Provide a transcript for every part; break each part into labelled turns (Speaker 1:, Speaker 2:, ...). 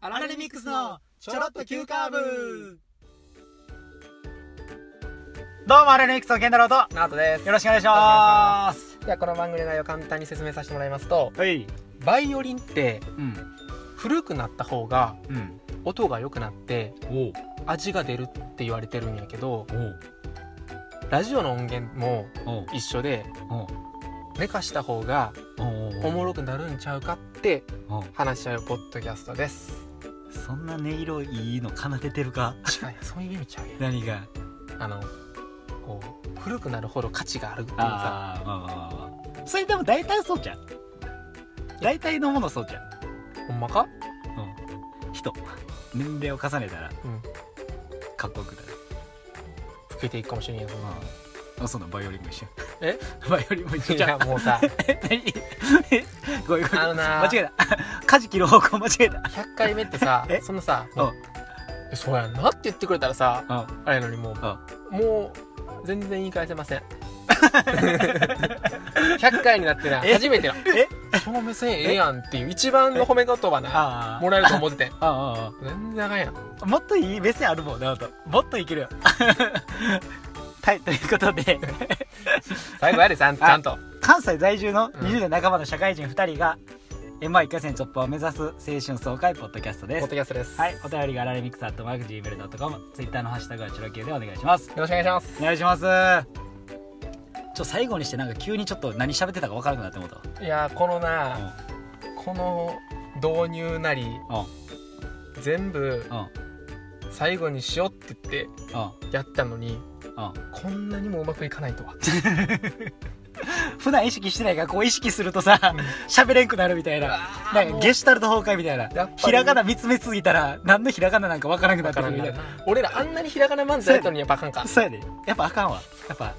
Speaker 1: アラレミックスのちょろっと急カーブ
Speaker 2: どうもアラレミックスのケンタロウと
Speaker 1: ナートです
Speaker 2: よろしくお願いします
Speaker 1: じゃあこの番組の内容を簡単に説明させてもらいますと
Speaker 2: はい
Speaker 1: バイオリンって
Speaker 2: うん
Speaker 1: 古くなった方が
Speaker 2: うん
Speaker 1: 音が良くなって
Speaker 2: おう
Speaker 1: 味が出るって言われてるんやけど
Speaker 2: おう
Speaker 1: ラジオの音源も
Speaker 2: おう
Speaker 1: 一緒で
Speaker 2: おう
Speaker 1: 寝かした方が
Speaker 2: おう
Speaker 1: おもろくなるんちゃうかって
Speaker 2: おう
Speaker 1: 話し合うポッドキャストです
Speaker 2: そんな音色いいの奏でてるか
Speaker 1: 違うよそういう意味ちゃうよ
Speaker 2: 何が
Speaker 1: あのこう古くなるほど価値があるっていうさ
Speaker 2: あーまあまあまあまあそれでも大体そうじゃん大体のものそうじゃん
Speaker 1: ほんまか
Speaker 2: 人年齢を重ねたら
Speaker 1: うん
Speaker 2: かっこよくなる
Speaker 1: 増えていくかもし れんやぞ
Speaker 2: まああそんなバイオリンも一緒
Speaker 1: え
Speaker 2: バイオリンも一緒
Speaker 1: い
Speaker 2: じゃ
Speaker 1: や
Speaker 2: ん
Speaker 1: もうさ
Speaker 2: 何 えごめんごめん
Speaker 1: あのな
Speaker 2: 間違えた舵切る方向間違えた
Speaker 1: 100回目ってさ
Speaker 2: え
Speaker 1: そのさ
Speaker 2: うん
Speaker 1: 「えそうやんな」って言ってくれたらさ
Speaker 2: うん
Speaker 1: あれやのにもうもう全然言い返せません100回になってな
Speaker 2: え
Speaker 1: 初めてな
Speaker 2: え
Speaker 1: その目線ええやんっていう一番の褒め言葉な
Speaker 2: ああ
Speaker 1: もらえると思ってて
Speaker 2: あああ
Speaker 1: 全然あかんやん
Speaker 2: あもっといい目線あるもんなあともっといけるよ はいということで
Speaker 1: 最後やでさんちゃんと
Speaker 2: 関西在住の
Speaker 1: ん
Speaker 2: 20代半ばの社会人2人が m 1 1回戦突破を目指す青春爽快ポッドキャスト
Speaker 1: ポッ
Speaker 2: で
Speaker 1: ド
Speaker 2: す
Speaker 1: キャストです
Speaker 2: はい
Speaker 1: よ
Speaker 2: お便りがラレミックスアットマーク Gmail.com ツイッターのハッシュタグはチロ Q でお願いします
Speaker 1: ろしくお願いします
Speaker 2: お願いしますちょ最後にしてなんか急にちょっと何喋ってたか分からなくなって思ったわ
Speaker 1: いやーこのな、この導入なり、全部
Speaker 2: うん
Speaker 1: 最後にしようって言って
Speaker 2: う
Speaker 1: やったのに、
Speaker 2: ん
Speaker 1: こんなにもうまくいかないとは
Speaker 2: ん普段意識してないからこう意識するとさ喋れんくなるみたいななんかゲ
Speaker 1: シ
Speaker 2: シュタルト崩壊みたいな
Speaker 1: やっぱり
Speaker 2: ひらがな見つめすぎたら何のひらがななんか分からなくな
Speaker 1: だ
Speaker 2: っ
Speaker 1: か
Speaker 2: てく
Speaker 1: ら
Speaker 2: るみ
Speaker 1: な
Speaker 2: たいな
Speaker 1: 俺らあんなにひらがな漫才やったのにやっぱあかんか
Speaker 2: そうやでやっぱあかんわやっぱ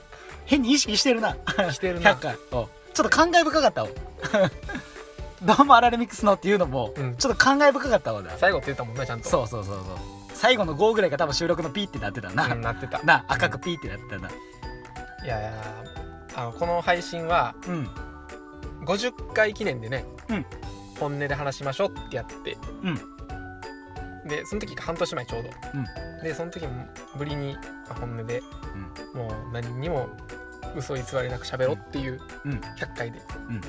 Speaker 2: 変に意識してるな
Speaker 1: してるな
Speaker 2: 100回おちょっと感慨深かったわ どうもアラレミックスのっていうのも、
Speaker 1: うん
Speaker 2: ちょっと感慨深かったわな
Speaker 1: 最後って言ったもんなちゃんと
Speaker 2: そうそうそうそう最後の5ぐらいが多分収録のピーってなってたな、
Speaker 1: んなってた
Speaker 2: な赤くピーってなってたない
Speaker 1: やいやあのこの配信は
Speaker 2: うん
Speaker 1: 50回記念でね、
Speaker 2: うん
Speaker 1: 本音で話しましょうってやって、でその時が半年前ちょうど、でその時もぶりにまあ本音で、もう何にも嘘偽りなく喋ろうっていう
Speaker 2: うんうん
Speaker 1: 100回で、
Speaker 2: うん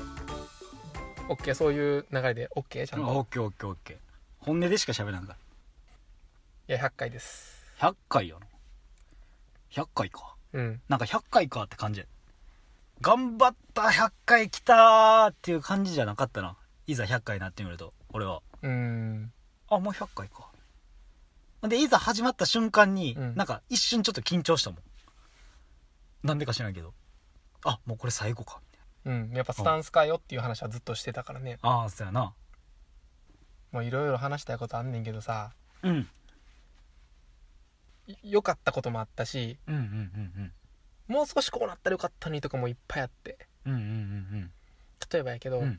Speaker 1: オッケーそういう流れで OK ちゃんと、
Speaker 2: オッケーオッケーオッケー本音でしか喋らんか
Speaker 1: いや100回です
Speaker 2: ら100回やな100回か
Speaker 1: うん
Speaker 2: なんか100回かって感じや頑張った100回来たーっていう感じじゃなかったないざ100回になってみると俺は
Speaker 1: うん
Speaker 2: あもう100回かでいざ始まった瞬間に、
Speaker 1: うん
Speaker 2: なんか一瞬ちょっと緊張したもんなんでか知らんけどあもうこれ最後か
Speaker 1: うん、やっぱスタンスかよっていう話はずっとしてたからね
Speaker 2: ああそうやな
Speaker 1: もういろいろ話したいことあんねんけどさ
Speaker 2: うんうん
Speaker 1: い良かったこともあったし
Speaker 2: うんうん
Speaker 1: もう少しこうなったらよかったのにとかもいっぱいあって
Speaker 2: うんうんうんうん
Speaker 1: 例えばやけど、
Speaker 2: うん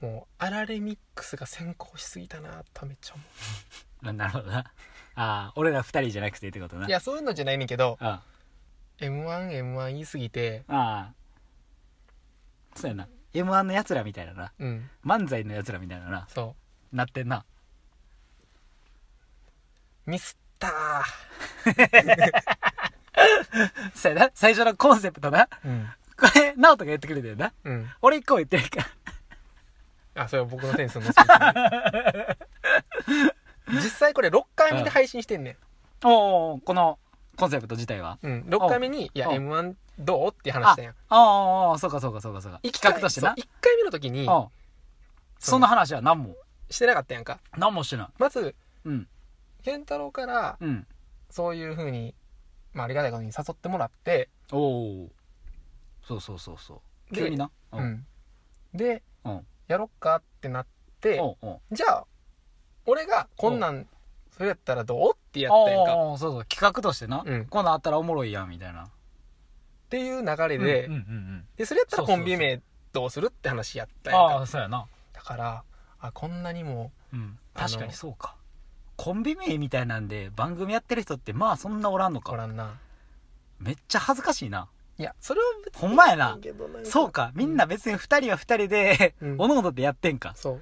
Speaker 1: もうアラレミックスが先行しすぎたなとはめっちゃ思
Speaker 2: うんなるほどなああ俺ら二人じゃなくてってことな
Speaker 1: ういやそういうのじゃないねんけど
Speaker 2: あ
Speaker 1: m 1 m 1言いすぎて
Speaker 2: あああそうやな m 1のやつらみたいなな
Speaker 1: うん
Speaker 2: 漫才のやつらみたいなな
Speaker 1: そ
Speaker 2: なってんな
Speaker 1: うミスったー
Speaker 2: そうやな最初のコンセプトな
Speaker 1: うん
Speaker 2: これ直人が言ってくれたよな
Speaker 1: うん
Speaker 2: 俺一個も言ってないから
Speaker 1: あそれは僕のセンスの 実際これ6回目で配信してんね
Speaker 2: おおこのコンセプト自体は
Speaker 1: ん、うん、6回目に「いや
Speaker 2: うん
Speaker 1: m 1どう?」って話したやん
Speaker 2: ああそうかそうかそうかそうか企画としてな
Speaker 1: 1回目の時に
Speaker 2: うんそんな話は何も
Speaker 1: してなかったやんか
Speaker 2: 何もしてない
Speaker 1: まず
Speaker 2: うん
Speaker 1: 健太郎から
Speaker 2: うん
Speaker 1: そういう風に、まあ、ありがたいことに誘ってもらって
Speaker 2: おおそうそうそうそう
Speaker 1: で
Speaker 2: 急にな
Speaker 1: うん、で、
Speaker 2: うん
Speaker 1: やろっかってなって
Speaker 2: おうん
Speaker 1: じゃあ俺がこんなんそれやったらどうってやったやんかっ
Speaker 2: おおそうそう企画としてな、
Speaker 1: うん
Speaker 2: こんなんあったらおもろいやんみたいな
Speaker 1: ていう流れで,、
Speaker 2: うんうんうん
Speaker 1: でそれやったら
Speaker 2: そうそう
Speaker 1: コ
Speaker 2: そう
Speaker 1: ンビ名どうするって話やったやん
Speaker 2: あ
Speaker 1: か
Speaker 2: あそうやな、
Speaker 1: だからあこんなにも
Speaker 2: うん、
Speaker 1: あの
Speaker 2: 確かにそうかコンビ名みたいなんで番組やってる人ってまあそんなおらんの
Speaker 1: おら
Speaker 2: か
Speaker 1: んな
Speaker 2: めっちゃ恥ずかしいない
Speaker 1: やそれは別に
Speaker 2: ほんまやな
Speaker 1: けどなん
Speaker 2: そうかみんな別に2人は2人で、
Speaker 1: うん
Speaker 2: おのおのでやってんか
Speaker 1: そ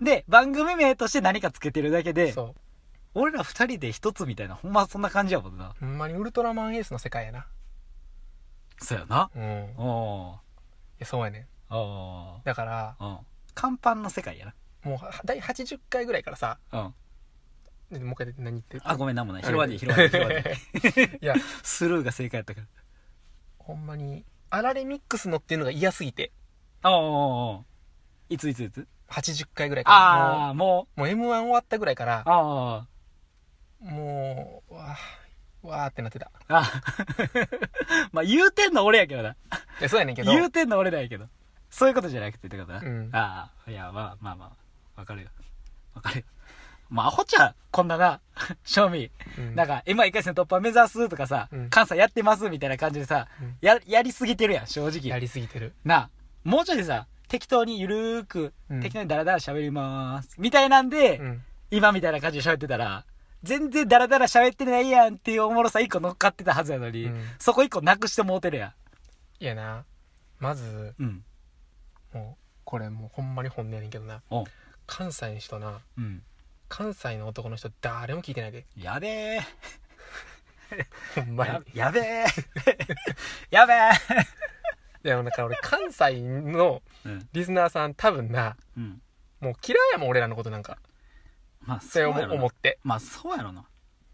Speaker 1: う
Speaker 2: で番組名として何かつけてるだけで
Speaker 1: そう
Speaker 2: 俺ら二人で一つみたいなほんまそんな感じやもんな
Speaker 1: ほんまにウルトラマンエースの世界やな
Speaker 2: そうやな
Speaker 1: うんい
Speaker 2: お
Speaker 1: やそうやねん
Speaker 2: ーお
Speaker 1: だから
Speaker 2: ーうん乾パンの世界や
Speaker 1: もうは第80回ぐらいからさ
Speaker 2: なうん
Speaker 1: でもう一回何言ってる
Speaker 2: あごめんなんもない拾わねえ拾わねえ拾わ ねえ
Speaker 1: いや
Speaker 2: スルーが正解やったから
Speaker 1: ほんまにあられミックスのっていうのが嫌すぎて
Speaker 2: ああいついついつ
Speaker 1: 80回ぐらいから
Speaker 2: ああも
Speaker 1: もうもう m 1終わったぐらいから
Speaker 2: うあ
Speaker 1: もうわーわーってなってた
Speaker 2: ああ まあ言うてんの俺やけどない
Speaker 1: やそうやねんけど
Speaker 2: 言うてんの俺らやけどそういうことじゃなくてってことな、
Speaker 1: うん
Speaker 2: ああいやまあまあまあわかるよわかるよまあアホちゃんこんなな 正味
Speaker 1: うん
Speaker 2: なんか M1 回戦突破目指すとかさ、
Speaker 1: うん
Speaker 2: 関西やってますみたいな感じでさ、
Speaker 1: うん
Speaker 2: ややりすぎてるやん正
Speaker 1: や
Speaker 2: 直
Speaker 1: りすぎてる
Speaker 2: なあもうちょいさ適当にゆるーく、
Speaker 1: うん
Speaker 2: 適当にダラダラ喋りまーすみたいなんで、
Speaker 1: うん
Speaker 2: 今みたいな感じで喋ってたら全然ダラダラ喋ってないやんっていうおもろさ一個乗っかってたはずやのに、
Speaker 1: うん
Speaker 2: そこ一個なくしてもうてるや
Speaker 1: いやなまず
Speaker 2: んうん
Speaker 1: もうこれもうほんまに本音やねんけどな
Speaker 2: お
Speaker 1: 関西の人な
Speaker 2: うん
Speaker 1: 関西の男の人誰も聞いてないで
Speaker 2: やべえ
Speaker 1: ほんまに
Speaker 2: ややべえ やべえ
Speaker 1: いやだから俺関西の
Speaker 2: うん
Speaker 1: リスナーさん多分な
Speaker 2: うん
Speaker 1: もう嫌いやもん俺らのことなんか
Speaker 2: まあ
Speaker 1: そ
Speaker 2: そ
Speaker 1: れ
Speaker 2: うや
Speaker 1: 思
Speaker 2: ろ
Speaker 1: 思
Speaker 2: な
Speaker 1: って
Speaker 2: まあそうやろな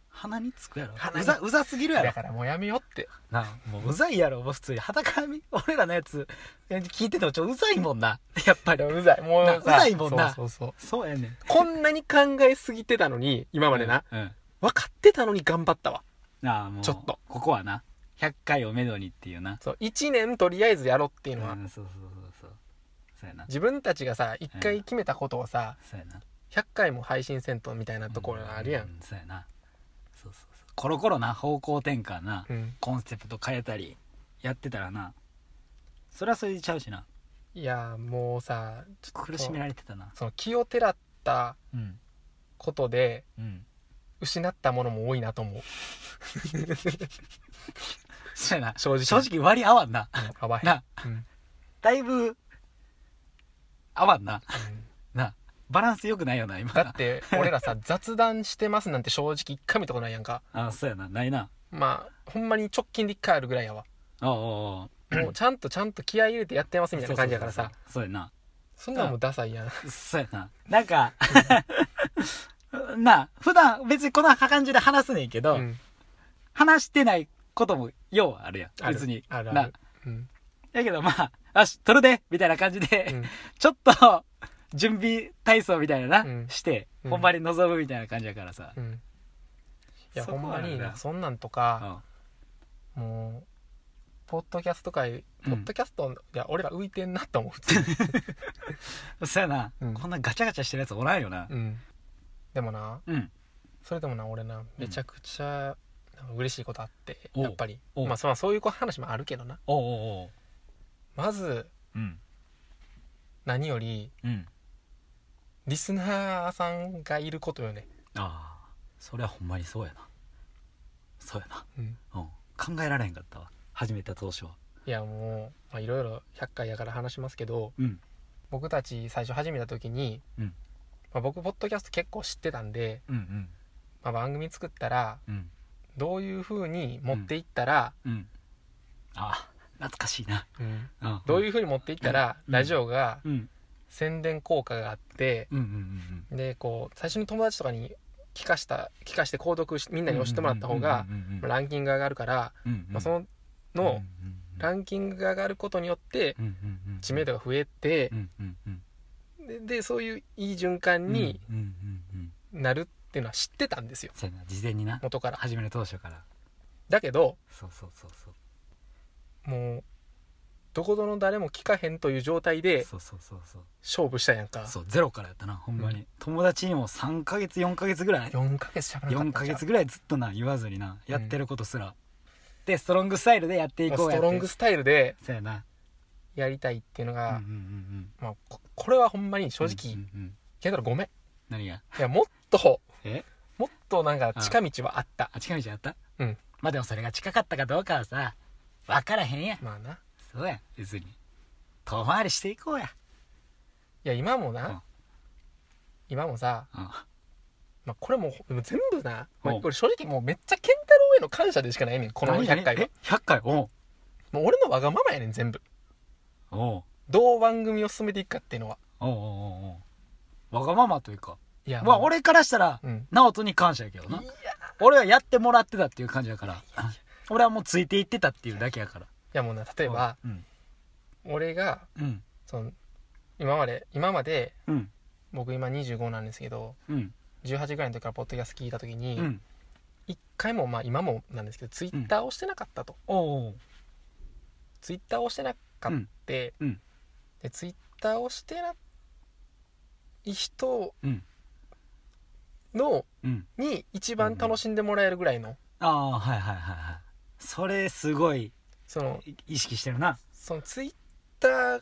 Speaker 2: 鼻につくやろ
Speaker 1: 鼻に
Speaker 2: うざうざすぎるやろ
Speaker 1: だからもうやめようって
Speaker 2: なあもううざいやろもう普通に裸から見俺らのやつ聞いててもちょっとうざいもんな やっぱ
Speaker 1: い
Speaker 2: り
Speaker 1: やうざいもう
Speaker 2: なうざいもんな
Speaker 1: そうそうそう
Speaker 2: そうやねん
Speaker 1: こんなに考えすぎてたのに今までな、
Speaker 2: うん
Speaker 1: 分かってたのに頑張ったわ
Speaker 2: なあもう
Speaker 1: ちょっと
Speaker 2: ここはな100回をめどにっていうな
Speaker 1: そう1年とりあえずやろうっていうのは、
Speaker 2: うん、そうそうそうそうそうやな
Speaker 1: 自分たちがさ1回決めたことをさ
Speaker 2: そうやな
Speaker 1: 100回も配信せんとみたいなところがあるやん、
Speaker 2: うそうやなそうそうそうコロコロな方向転換な、
Speaker 1: うん
Speaker 2: コンセプト変えたりやってたらなそれはそれでちゃうしない
Speaker 1: やもうさちょっと
Speaker 2: 苦しめられてたな
Speaker 1: その気をてらった
Speaker 2: うん
Speaker 1: ことで
Speaker 2: うん
Speaker 1: 失ったものも多いな と思う
Speaker 2: そうやな
Speaker 1: 正直
Speaker 2: 正直割り合わんな
Speaker 1: うんやばい
Speaker 2: な
Speaker 1: うんうん
Speaker 2: だいぶ合わんななバランス良くないよな今
Speaker 1: だって俺らさ 雑談してますなんて正直一回見たことないやんか
Speaker 2: あそうやなないな
Speaker 1: まあほんまに直近で一回あるぐらいや わ
Speaker 2: おうおうおう
Speaker 1: もうちゃんとちゃんと気合い入れてやってますみたいな感じやからさ
Speaker 2: そうそうそうそうやな
Speaker 1: そんなんもうダサいやん
Speaker 2: そうやな。なんか、 なあ、普段別にこんな感じで話すねんけど、
Speaker 1: うん
Speaker 2: 話してないこともようあるや
Speaker 1: あ
Speaker 2: ん。
Speaker 1: る
Speaker 2: 別に。
Speaker 1: ある
Speaker 2: な
Speaker 1: あるうん
Speaker 2: やけどまあ、よし、撮るでみたいな感じで、
Speaker 1: うん
Speaker 2: ちょっと、準備体操みたいな
Speaker 1: う
Speaker 2: な、
Speaker 1: ん
Speaker 2: して、
Speaker 1: うん
Speaker 2: 本番に臨むみたいな感じやからさ。
Speaker 1: うんいや
Speaker 2: そ
Speaker 1: ほ
Speaker 2: こは
Speaker 1: んまに
Speaker 2: ある
Speaker 1: な
Speaker 2: な
Speaker 1: そんなんと
Speaker 2: う
Speaker 1: か
Speaker 2: ん。
Speaker 1: もうポッドキャスト界ポッドキャストいや俺ら浮いてんなと思う普 通に
Speaker 2: そうやな、
Speaker 1: うん
Speaker 2: こんなガチャガチャしてるやつおらんよな。
Speaker 1: うんでもな
Speaker 2: うん。
Speaker 1: それでもな俺なめちゃくちゃなんか嬉しいことあって
Speaker 2: おう
Speaker 1: やっぱり
Speaker 2: おう
Speaker 1: まあそそういう話もあるけどな
Speaker 2: おうおうおう。
Speaker 1: まず
Speaker 2: うん。
Speaker 1: 何より
Speaker 2: うん。
Speaker 1: リスナーさんがいることよね、
Speaker 2: ああ、それはほんまにそうやな。そうやな。
Speaker 1: うん、
Speaker 2: うん。考えられへんかったわ。始めた当初は。
Speaker 1: いやもうまあいろいろ100回やから話しますけど
Speaker 2: うん。
Speaker 1: 僕たち最初始めた時に、
Speaker 2: うん
Speaker 1: まあ、僕ポッドキャスト結構知ってたんで、
Speaker 2: うんうん。
Speaker 1: まあ、番組作ったら
Speaker 2: うん
Speaker 1: どういう風に持っていったら、
Speaker 2: うんあ懐かしいな、
Speaker 1: うん
Speaker 2: うん、
Speaker 1: どういうう風に持っていったら、
Speaker 2: うん
Speaker 1: ラジオが
Speaker 2: うん
Speaker 1: 宣伝効果があって、
Speaker 2: うんうんうん
Speaker 1: でこう最初に友達とかに聞かした聞かして購読しみん
Speaker 2: み
Speaker 1: なに押してもらった方が、まあランキングが上がるから、まあ、そののラ
Speaker 2: ン
Speaker 1: ンキングが上がることによって知名
Speaker 2: 度
Speaker 1: 度が増えて
Speaker 2: う、んうんうん
Speaker 1: ででそういういい循環に
Speaker 2: うんうんうん
Speaker 1: なるっていうのは知ってたんですよ
Speaker 2: そうやな事前にな
Speaker 1: 元から
Speaker 2: 始める当初から
Speaker 1: だけど
Speaker 2: そうそうそうそう
Speaker 1: もうどこぞの誰も聞かへんという状態で
Speaker 2: そうそうそうそう
Speaker 1: 勝負したやんか
Speaker 2: そうゼロからやったなほんまに、友達にも3ヶ月4ヶ月ぐらい
Speaker 1: 4ヶ月しゃべらな
Speaker 2: 4
Speaker 1: か
Speaker 2: ヶ
Speaker 1: ったんちゃう
Speaker 2: 月ぐらいずっとな言わずになやってることすら、でストロングスタイルでやってい
Speaker 1: もう
Speaker 2: こう
Speaker 1: ス
Speaker 2: やって
Speaker 1: トロングスタイルで
Speaker 2: そうやな
Speaker 1: やりたいっていうの
Speaker 2: うん
Speaker 1: が、
Speaker 2: うんうん
Speaker 1: まあ、ここれはほんまに正
Speaker 2: うん
Speaker 1: 直、
Speaker 2: うんうんうん
Speaker 1: ケンタロウごめん
Speaker 2: 何が
Speaker 1: いやもっと
Speaker 2: え
Speaker 1: もっとなんか近道はあった
Speaker 2: あ近道やった
Speaker 1: うん
Speaker 2: まあでもそれが近かったかどうかはさ分からへんやん
Speaker 1: まあな
Speaker 2: そうやん別に遠回りしていこうや
Speaker 1: いや今もな、
Speaker 2: うん
Speaker 1: 今もさ、
Speaker 2: うん
Speaker 1: まあ、これもうでも全部な、まあ、
Speaker 2: おう
Speaker 1: これ正直もうめっちゃ健太郎への感謝でしかないねんこの
Speaker 2: 何
Speaker 1: 100回は
Speaker 2: え100回おう
Speaker 1: もう俺のわがままやねん全部
Speaker 2: おう
Speaker 1: どう番組を進めていくかっていうのは
Speaker 2: おうおうおうおうわがままというか
Speaker 1: いや
Speaker 2: まあ
Speaker 1: もう
Speaker 2: 俺からしたら
Speaker 1: うん
Speaker 2: 直人に感謝やけどない
Speaker 1: や
Speaker 2: 俺はやってもらってたっていう感じだから俺はもうついていってたっていうだけやから
Speaker 1: いやもうな例えば
Speaker 2: うん
Speaker 1: 俺が
Speaker 2: うん
Speaker 1: その今まで今まで
Speaker 2: うん
Speaker 1: 僕今25なんですけど
Speaker 2: うん
Speaker 1: 18ぐらいの時からポッドキャスト聞いた時
Speaker 2: う
Speaker 1: に
Speaker 2: ん
Speaker 1: 一回もまあ今もなんですけどツイッターをしてなかったと、
Speaker 2: おうおう
Speaker 1: ツイッターをしてなかった、
Speaker 2: うんうん
Speaker 1: でツイッターをしてない人
Speaker 2: うん
Speaker 1: の
Speaker 2: うん
Speaker 1: に一番楽しんでもらえるぐらいの、
Speaker 2: ああはいはいはいはいそれすごい
Speaker 1: その
Speaker 2: い意識してるな
Speaker 1: そのツイッター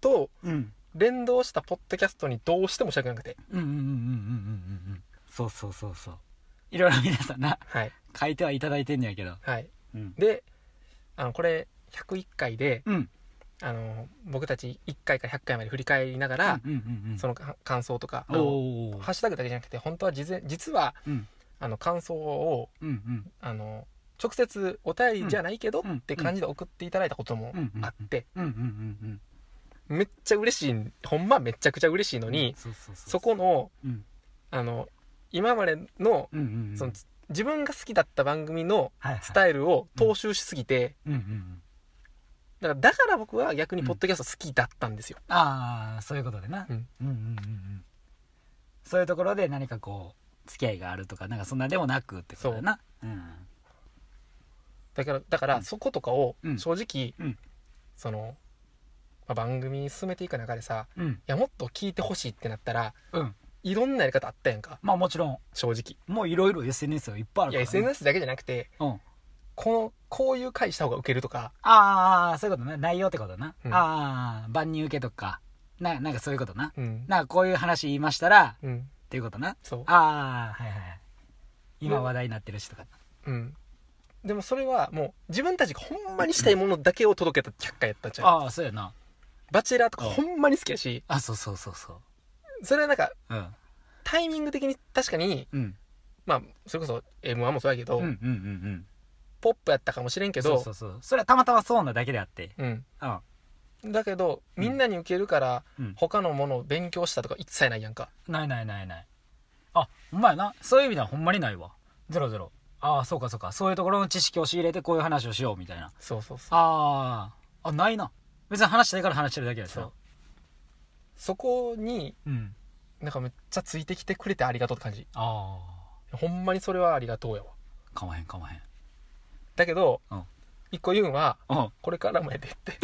Speaker 1: と
Speaker 2: うん
Speaker 1: 連動したポッドキャストにどうしてもしたくなくて
Speaker 2: うんうんうんうんうんうんうんうんそうそうそうそういろいろ皆さんな
Speaker 1: はい
Speaker 2: 書いてはいただいてんねやけど
Speaker 1: はい
Speaker 2: うん
Speaker 1: であのこれ101回で
Speaker 2: うん
Speaker 1: あの僕たち1回から100回まで振り返りながら
Speaker 2: あ、うんうんうん
Speaker 1: そのか感想とかあ
Speaker 2: お
Speaker 1: の
Speaker 2: うおうおう
Speaker 1: ハッシュタグだけじゃなくて本当は事前実は
Speaker 2: うん
Speaker 1: あの感想を
Speaker 2: うんうん
Speaker 1: あの直接お便りじゃないけど
Speaker 2: うん
Speaker 1: って感じで送っていただいたことも
Speaker 2: うんうん
Speaker 1: あって
Speaker 2: うんうんうん
Speaker 1: めっちゃ嬉しいほんまめちゃくちゃ嬉しい
Speaker 2: うん
Speaker 1: のに
Speaker 2: そうそうそう
Speaker 1: そこの
Speaker 2: うん
Speaker 1: あの今までの
Speaker 2: うんうんうん
Speaker 1: その自分が好きだった番組の
Speaker 2: はいはい
Speaker 1: スタイルを踏襲しすぎて
Speaker 2: うんうんうん
Speaker 1: だからだから僕は逆にポッドキャスト好きだったんですよ。
Speaker 2: ああそういうことでな、
Speaker 1: うん
Speaker 2: うんうんうんうんそういうところで何かこう付き合いがあるとかなんかそんなでもなくってことだなうん
Speaker 1: だからだか
Speaker 2: うん
Speaker 1: らそことかを
Speaker 2: うん
Speaker 1: 正直、
Speaker 2: うん
Speaker 1: その、まあ、番組進めていく中でさ
Speaker 2: うん
Speaker 1: いやもっと聞いてほしいってなったら
Speaker 2: うん
Speaker 1: いろんなやり方あったやんか
Speaker 2: まあもちろん
Speaker 1: 正直
Speaker 2: もういろいろ SNS がいっぱいある
Speaker 1: い
Speaker 2: か
Speaker 1: や
Speaker 2: ら、ね、
Speaker 1: SNS だけじゃなくて
Speaker 2: うん
Speaker 1: このこういう回した方がウケるとか
Speaker 2: ああそういうことね内容ってことな、
Speaker 1: うん
Speaker 2: ああ万人受けとかななんかそういうことな
Speaker 1: うん
Speaker 2: なんかこういう話言いましたら
Speaker 1: うん
Speaker 2: っていうことな
Speaker 1: そう
Speaker 2: ああはいはいはい今話題になってるしとか、
Speaker 1: うんでもそれはもう自分たちがほんまにしたいものだけを届けた100回やったじゃん
Speaker 2: ああそうやな
Speaker 1: バチェラーとか
Speaker 2: うん
Speaker 1: ほんまに好きやし
Speaker 2: あそうそうそうそ
Speaker 1: それはなんか
Speaker 2: ううん
Speaker 1: タイミング的に確かに
Speaker 2: うん
Speaker 1: まあそれこそ m 1もそうやけど、
Speaker 2: うんうんうんうん
Speaker 1: ポップやったかもしれんけど
Speaker 2: そうそうそうそれはたまたまそうなだけであって
Speaker 1: うん
Speaker 2: うん
Speaker 1: だけどみんなに受けるから、
Speaker 2: うん
Speaker 1: 他のものを勉強したとか一切ないやんか
Speaker 2: ないないないないあほんまやなそういう意味ではほんまにないわゼロゼロああそうかそうかそういうところの知識を仕入れてこういう話をしようみたいな
Speaker 1: そうそうそう
Speaker 2: あーあないな別に話したいから話してるだけやし
Speaker 1: そ
Speaker 2: さ
Speaker 1: うそこに
Speaker 2: うん
Speaker 1: なんかめっちゃついてきてくれてありがとうって感じ
Speaker 2: あ
Speaker 1: ほんまにそれはありがとうやわ
Speaker 2: あかまへんかまへん
Speaker 1: だけど、
Speaker 2: うん
Speaker 1: 一個言うんは
Speaker 2: うん
Speaker 1: これからもやでって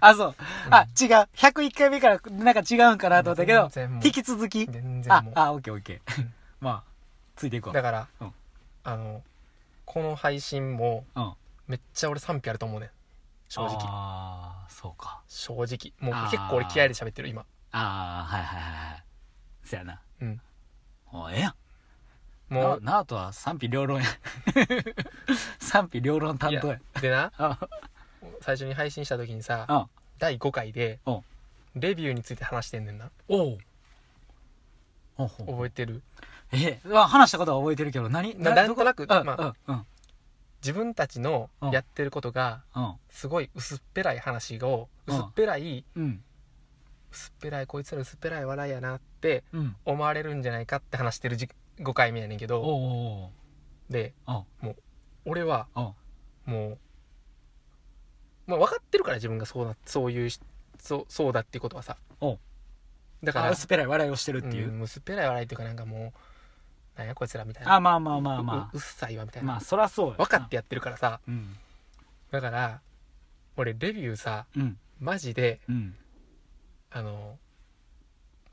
Speaker 2: あそう、あ違う101回目からなんか違うんかなと思ったけど
Speaker 1: 全然もう
Speaker 2: 引き続き
Speaker 1: 全然
Speaker 2: あ
Speaker 1: もう
Speaker 2: あオッケーオッケー
Speaker 1: うん
Speaker 2: まあついていくわ
Speaker 1: だから、
Speaker 2: うん
Speaker 1: あのこの配信も
Speaker 2: うん
Speaker 1: めっちゃ俺賛否あると思うねん正直
Speaker 2: ああそうか
Speaker 1: 正直も
Speaker 2: あ
Speaker 1: う
Speaker 2: ー
Speaker 1: 結構俺気合で喋ってる今
Speaker 2: ああはいはいはいはいそやな
Speaker 1: うん
Speaker 2: もうええやん
Speaker 1: も
Speaker 2: ななあとは賛否両論や 賛否両論
Speaker 1: うい
Speaker 2: 担
Speaker 1: や
Speaker 2: 当や
Speaker 1: でな
Speaker 2: あ
Speaker 1: 最初に配信した時にさ
Speaker 2: あ
Speaker 1: 第5回で
Speaker 2: うん
Speaker 1: レビューについて話してんねんな
Speaker 2: おうほうほう
Speaker 1: 覚えてる
Speaker 2: ええまあ話したことは覚えてるけど何
Speaker 1: な
Speaker 2: 何
Speaker 1: なんとなく
Speaker 2: うん
Speaker 1: まあ
Speaker 2: うん
Speaker 1: 自分たちの
Speaker 2: うん
Speaker 1: やってることが
Speaker 2: うん
Speaker 1: すごい薄っぺらい話を
Speaker 2: うん
Speaker 1: 薄っぺらい
Speaker 2: うん
Speaker 1: 薄っぺらいこいつら薄っぺらい笑いやなって
Speaker 2: うん
Speaker 1: 思われるんじゃないかって話してるじ5回目やねんけど
Speaker 2: おうおう
Speaker 1: で
Speaker 2: おう
Speaker 1: 俺は
Speaker 2: うんうん
Speaker 1: もう、まあ、分かってるから自分がそうだそういうしそうそうだっていうことはさ
Speaker 2: おう
Speaker 1: だから
Speaker 2: あ薄っぺらい笑いをしてるっていう、
Speaker 1: うん薄っぺらい笑いっていうかなんかもうなんやこいつらみたいな
Speaker 2: あまあまあまあま
Speaker 1: ううっさいわみた
Speaker 2: あ
Speaker 1: いな、
Speaker 2: まあそらそうや
Speaker 1: 分かってやってるからさ
Speaker 2: うん
Speaker 1: だから俺レビューさ
Speaker 2: うん
Speaker 1: マジで
Speaker 2: うん
Speaker 1: あの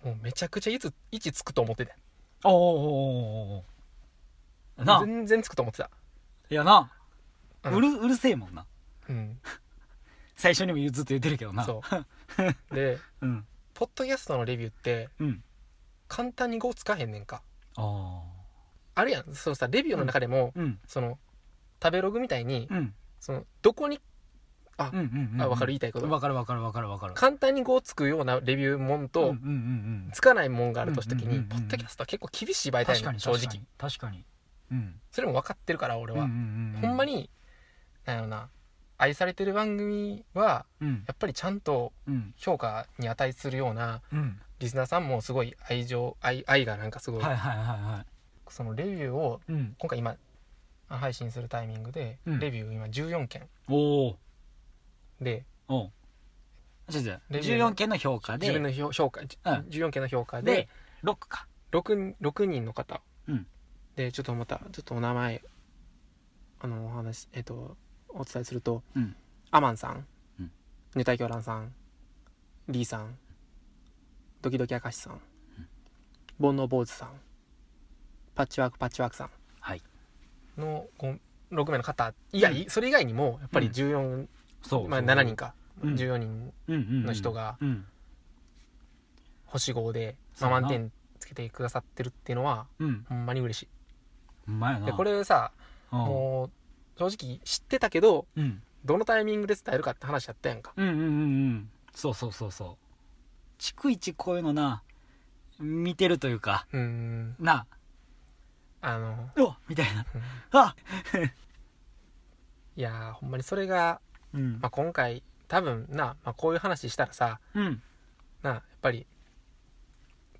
Speaker 1: もうめちゃくちゃいつ位置つくと思ってた
Speaker 2: おうおうおうおうおうなあ
Speaker 1: 全然つくと思ってた
Speaker 2: いやな
Speaker 1: う
Speaker 2: あ
Speaker 1: ん
Speaker 2: うるうるせえもんな
Speaker 1: うん
Speaker 2: 最初にも言うずっと言ってるけどな
Speaker 1: そう で
Speaker 2: ううん
Speaker 1: ポッドキャストのレビューって
Speaker 2: うん
Speaker 1: 簡単に5つかへんねんか
Speaker 2: ああ
Speaker 1: あるやんそのさレビューの中でも、
Speaker 2: うん
Speaker 1: その食べログみたいに
Speaker 2: うん
Speaker 1: そのどこにあ
Speaker 2: うんうんうん
Speaker 1: あ分かる言いたいこと
Speaker 2: わかるわかるわかるわかる
Speaker 1: 簡単にこうつくようなレビューもんと、
Speaker 2: うんうんうんうん
Speaker 1: つかないもんがあるとした時に、
Speaker 2: うんうんうんうん
Speaker 1: ポッドキャストは結構厳しい媒体
Speaker 2: 確
Speaker 1: な
Speaker 2: か
Speaker 1: の
Speaker 2: に
Speaker 1: 正
Speaker 2: 確
Speaker 1: 直
Speaker 2: かに確かにうん
Speaker 1: それも分かってるから俺
Speaker 2: うんう
Speaker 1: は、
Speaker 2: んう
Speaker 1: ほんま
Speaker 2: に
Speaker 1: になんやろな愛されてる番組は
Speaker 2: うん
Speaker 1: やっぱりちゃんと
Speaker 2: うん
Speaker 1: 評価に値するような
Speaker 2: うん
Speaker 1: リスナーさんもすごい愛情愛愛がなんかすごい、
Speaker 2: はいはいはいは
Speaker 1: そのレビューを
Speaker 2: いうん
Speaker 1: 今回今配信するタイミングで、
Speaker 2: うん
Speaker 1: レビュー今14件
Speaker 2: おー
Speaker 1: で
Speaker 2: おうちょっと
Speaker 1: レビューの
Speaker 2: 14件の評価
Speaker 1: 自分
Speaker 2: で
Speaker 1: の評評価、じ
Speaker 2: うん
Speaker 1: 14件の評価で
Speaker 2: で6か
Speaker 1: 6, 6人の方、
Speaker 2: うん
Speaker 1: でちょっとまたちょっとお名前あのお話えっ、とお伝えすると、
Speaker 2: うん
Speaker 1: アマンさん、
Speaker 2: うん
Speaker 1: ネタ狂乱さんリーさんドキドキ明石さん、煩悩坊主さんパッチワークパッチワークさん
Speaker 2: はい
Speaker 1: のご6名の方以外、それ以外にもやっぱり14、
Speaker 2: そう
Speaker 1: まあ、
Speaker 2: そう
Speaker 1: 7人か、
Speaker 2: うん
Speaker 1: 14人
Speaker 2: うんうんうん
Speaker 1: の人が
Speaker 2: うん
Speaker 1: 星5で、
Speaker 2: そう
Speaker 1: ま
Speaker 2: や
Speaker 1: あ、
Speaker 2: な
Speaker 1: 満点つけてくださってるっていうのは
Speaker 2: うん
Speaker 1: ほんまに嬉し
Speaker 2: ほんまや
Speaker 1: い
Speaker 2: な
Speaker 1: でこれさ
Speaker 2: うん
Speaker 1: もう正直知ってたけど
Speaker 2: うん
Speaker 1: どのタイミングで伝えるかって話やったやんか
Speaker 2: うんうんうんうんそうそうそうそう逐一こういうのな見てるというか
Speaker 1: うーん
Speaker 2: な
Speaker 1: あの
Speaker 2: うわみたいなあ
Speaker 1: いやーほんまにそれが、
Speaker 2: うん
Speaker 1: まあ、今回多分な、まあ、こういう話したらさ
Speaker 2: うん
Speaker 1: なやっぱり